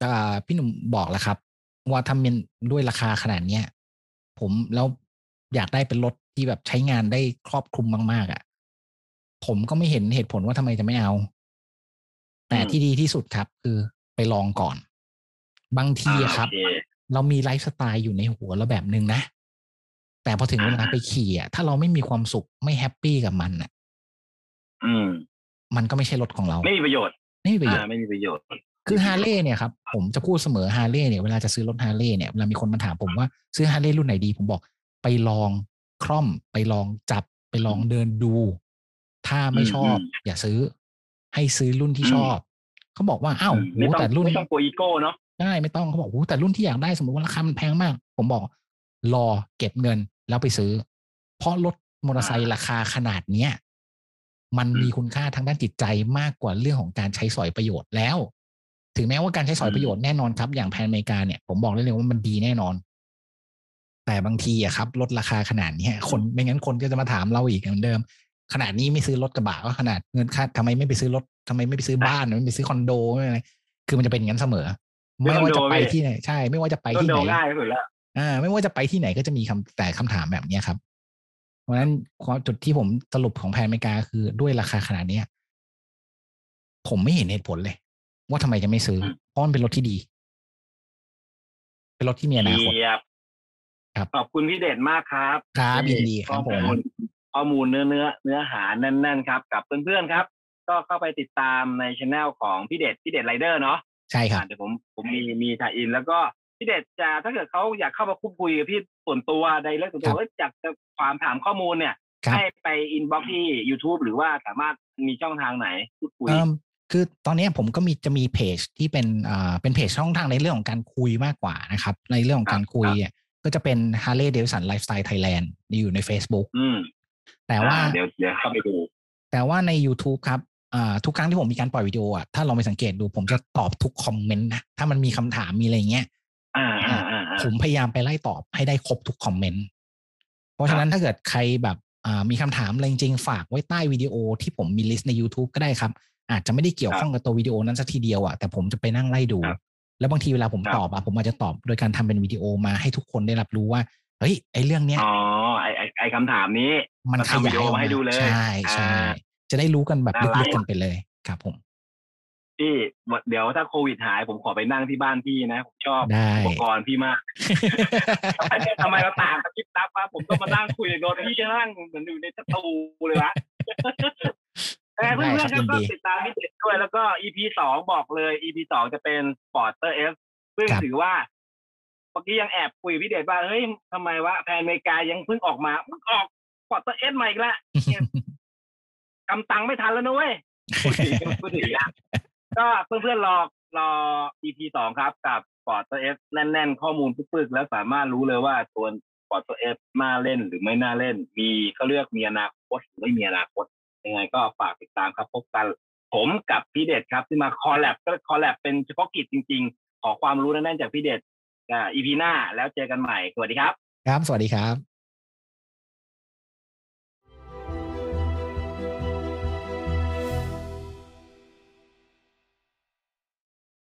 [SPEAKER 2] อ่าพี่หนุ่มบอกแล้วครับ ว่าทำเป็นด้วยราคาขนาดเนี้ยผมแล้วอยากได้เป็นรถที่แบบใช้งานได้ครอบคลุมมาก ๆอะ่ะ ผมก็ไม่เห็นเหตุผลว่าทำไมจะไม่เอา แต่ที่ดีที่สุดครับ คือไปลองก่อน บางทีอะครับ
[SPEAKER 1] อ่าโอเค
[SPEAKER 2] เรามีไลฟ์สไตล์อยู่ในหัวเราแบบนึงนะ แต่พอถึงเวลาไปขี่อะถ้าเราไม่มีความสุขไม่แฮปปี้กับมันอะ
[SPEAKER 1] อืม
[SPEAKER 2] มันก็ไม่ใช่รถของเรา
[SPEAKER 1] ไม่มีประโยชน์
[SPEAKER 2] ไม่มีประโยชน์
[SPEAKER 1] อ่าไม่มีประโยชน์
[SPEAKER 2] คือฮาร์เลย์เนี่ยครับผมจะพูดเสมอฮาร์เลย์เนี่ยเวลาจะซื้อรถฮาร์เลย์เนี่ยเวลามีคนมาถามผมว่าซื้อฮาร์เลย์รุ่นไหนดี ผมบอกไปลองคร่อม ไปลองจับ ไปลองเดินดู ถ้าไม่ชอบ
[SPEAKER 1] อืม
[SPEAKER 2] อย่าซื้อ ให้ซื้อรุ่นที่
[SPEAKER 1] อืม
[SPEAKER 2] ชอบ เขาบอกว่าอ้าว
[SPEAKER 1] อืม
[SPEAKER 2] โห
[SPEAKER 1] ไม่ต้อง
[SPEAKER 2] แต่รุ่น
[SPEAKER 1] ไม่ต้องกลัวอีโก้เนาะ
[SPEAKER 2] ได้ไม่ต้องเขาบอกโหแต่รุ่นที่อยากได้สมมติว่าราคามันแพงมาก ผมบอก รอเก็บเงินแล้วไปซื้อ เพราะรถมอเตอร์ไซค์ราคาขนาดเนี้ยมันมีคุณค่าทางด้านจิตใจมากกว่าเรื่องของการใช้สอยประโยชน์แล้ว ถึงแม้ว่าการใช้สอยประโยชน์แน่นอนครับ อย่างแพลนอเมริกาเนี่ยผมบอกได้เลยว่ามันดีแน่นอน แต่บางทีอะครับลดราคาขนาดเนี้ยคนไม่งั้นคนก็จะมาถามเราอีกเหมือนเดิม ขนาดนี้ไม่ซื้อรถกระบะก็ขนาดเงินค่าทำไมไม่ไปซื้อรถทำไมไม่ไปซื้อบ้านไม่ไปซื้อคอนโดไม่อะไรคือมันจะเป็นอย่างนั้นเสมอ ไม่ว่าจะไปที่ไหนใช่ ไม่ว่าจะไป
[SPEAKER 1] ก็
[SPEAKER 2] ที่
[SPEAKER 1] โด
[SPEAKER 2] ไหน
[SPEAKER 1] ง่ายที่สุดแล้ว
[SPEAKER 2] อ่าไม่ว่าจะไปที่ไหนก็จะมีคำแต่คำถามแบบเนี้ยครับ เพราะฉะนั้นความจุดที่ผมสรุปของแพนอเมริกาคือด้วยราคาขนาดเนี้ย ผมไม่เห็นเหตุผลเลย ว่าทำไมจะไม่ซื้อ
[SPEAKER 1] อืม
[SPEAKER 2] เพราะมันเป็นรถที่ดี เป็นรถที่มีอนาคต
[SPEAKER 1] เยียบ
[SPEAKER 2] ครับ
[SPEAKER 1] ขอบคุณพี่เดชมากครับ
[SPEAKER 2] ครับยินดีค
[SPEAKER 1] ข้
[SPEAKER 2] รั
[SPEAKER 1] อบ
[SPEAKER 2] ผม
[SPEAKER 1] มูลข้อมูลเนื้อเนื้อเนื้อหาแน่นๆครับ กับเพื่อนๆครับ ก็เข้าไปติดตามในช anel ของพี่เดชพี่เดชไรเดอร์เนาะ
[SPEAKER 2] ใช่ครับ
[SPEAKER 1] อ่ะเดี๋ยวผมผมมีมีถ่ายอิน แล้วก็พี่เดชจะถ้าเกิดเขาอยากเข้ามาคุยคุยกับพี่ส่วนตัวใดเรื่องส่วนตั
[SPEAKER 2] ค
[SPEAKER 1] ว
[SPEAKER 2] รับ
[SPEAKER 1] เอ้ยอยากจะความถามข้อมูลเนี่ย
[SPEAKER 2] ครับ
[SPEAKER 1] ให้ไปอินบ็อกซ์ที่ YouTube หรือว่าสามารถมีช่องทางไหนพูดคุย
[SPEAKER 2] เอิ่มคือตอนเนี้ยผมก็มีจะมีเพจที่เป็นอ่าเป็นเพจช่องทางในเรื่องของการคุยมากกว่านะครับ ในเรื่องของการคุยเนี่ยก็จะเป็น Harley Davidson Lifestyle Thailand อยู่ใน Facebook
[SPEAKER 1] อืม
[SPEAKER 2] แต่ว่า
[SPEAKER 1] อ่ะเดี๋ยวเดี๋ยวเข้าไปดู
[SPEAKER 2] แต่ว่าใน YouTube ครับอ่าทุกครั้งที่ผมมีการปล่อยวิดีโออ่ะ ถ้าเราไปสังเกตดูผมจะตอบทุกคอมเมนต์นะ ถ้ามันมีคำถามมีอะไรเงี้ย
[SPEAKER 1] อ่าอ่าอ่าอ่า
[SPEAKER 2] ผมพยายามไปไล่ตอบให้ได้ครบทุกคอมเมนต์ เพราะฉะนั้นถ้าเกิดใครแบบอ่ามีคำถามอะไรจริงๆ ฝากไว้ใต้วิดีโอที่ผมมีลิสต์ใน YouTube ก็ได้ครับ อาจจะไม่ได้เกี่ยวข้องกับตัววิดีโอนั้นสักทีเดียวอ่ะ แต่ผมจะไปนั่งไล่ดู
[SPEAKER 1] ครับ
[SPEAKER 2] แล้วบางทีเวลาผม
[SPEAKER 1] ครับ
[SPEAKER 2] ตอบอ่ะผมอาจจะตอบโดยการทำเป็นวิดีโอมาให้ทุกคนได้รับรู้ว่า เฮ้ยไอ้เรื่องเนี้ย
[SPEAKER 1] อ๋อไอไอไอคำถามนี้
[SPEAKER 2] มันขยา
[SPEAKER 1] มาทำวิ
[SPEAKER 2] ยออก
[SPEAKER 1] ดีโอมาให้ดูเลย
[SPEAKER 2] ใช่ใช่
[SPEAKER 1] อ่า
[SPEAKER 2] จะได้รู้กันแบบ
[SPEAKER 1] น่ารั
[SPEAKER 2] ลึ
[SPEAKER 1] ก
[SPEAKER 2] กๆกันไปเลยครับผม
[SPEAKER 1] พี่เดี๋ยวถ้าโควิดหายผมขอไปนั่งที่บ้านพี่นะ ผมชอบ
[SPEAKER 2] ได้
[SPEAKER 1] อุปกรณ์พี่
[SPEAKER 2] <laughs>
[SPEAKER 1] มาก ทำไมเราต่างกับคลิปลับวะผมต้องมานั่งคุยกับโดนพี่นั่งเหมือนอยู่ในสตูเล
[SPEAKER 2] <laughs>
[SPEAKER 1] ยวะ แต่เพื่อนๆ
[SPEAKER 2] ได้
[SPEAKER 1] ครับ
[SPEAKER 2] ครั
[SPEAKER 1] ก็
[SPEAKER 2] บยินดี
[SPEAKER 1] ติดตามพี่เด็ดด้วย แล้วก็ EP สองบอกเลย EP สองจะเป็น p o r t e r F ซึ่ง
[SPEAKER 2] ครับ
[SPEAKER 1] ถือว่าเมื่อกี้ยังแอบคุยกับพี่เด็ดว่าเฮ้ยทำไมวะแพนอเมริกายังเพิ่งออกมาเพิ่งออก p o r t e r F มาอีกละกำตังไม่ทันแล้วนะเว้ย พูดถึงพูดถึงนะก็เพื่อนๆรอรอ EP สองครับ กับปอดตัวเอฟแน่น ๆ ข้อมูลปึ๊กๆแล้วสามารถรู้เลยว่าตัวปอดตัวเอฟน่าเล่นหรือไม่น่าเล่น มีเขาเลือกมีอนาคตหรือไม่มีอนาคต ยังไงก็ฝากติดตามครับพบกันผมกับพี่เดชครับ ที่มาคอลแลบก็คอลแลบเป็นเฉพาะกิจจริง ๆ ขอความรู้แน่นๆจากพี่เดชอ่า EP หน้าแล้วเจอกันใหม่สวัสดีครับ
[SPEAKER 2] ครับ สวัสดีครับ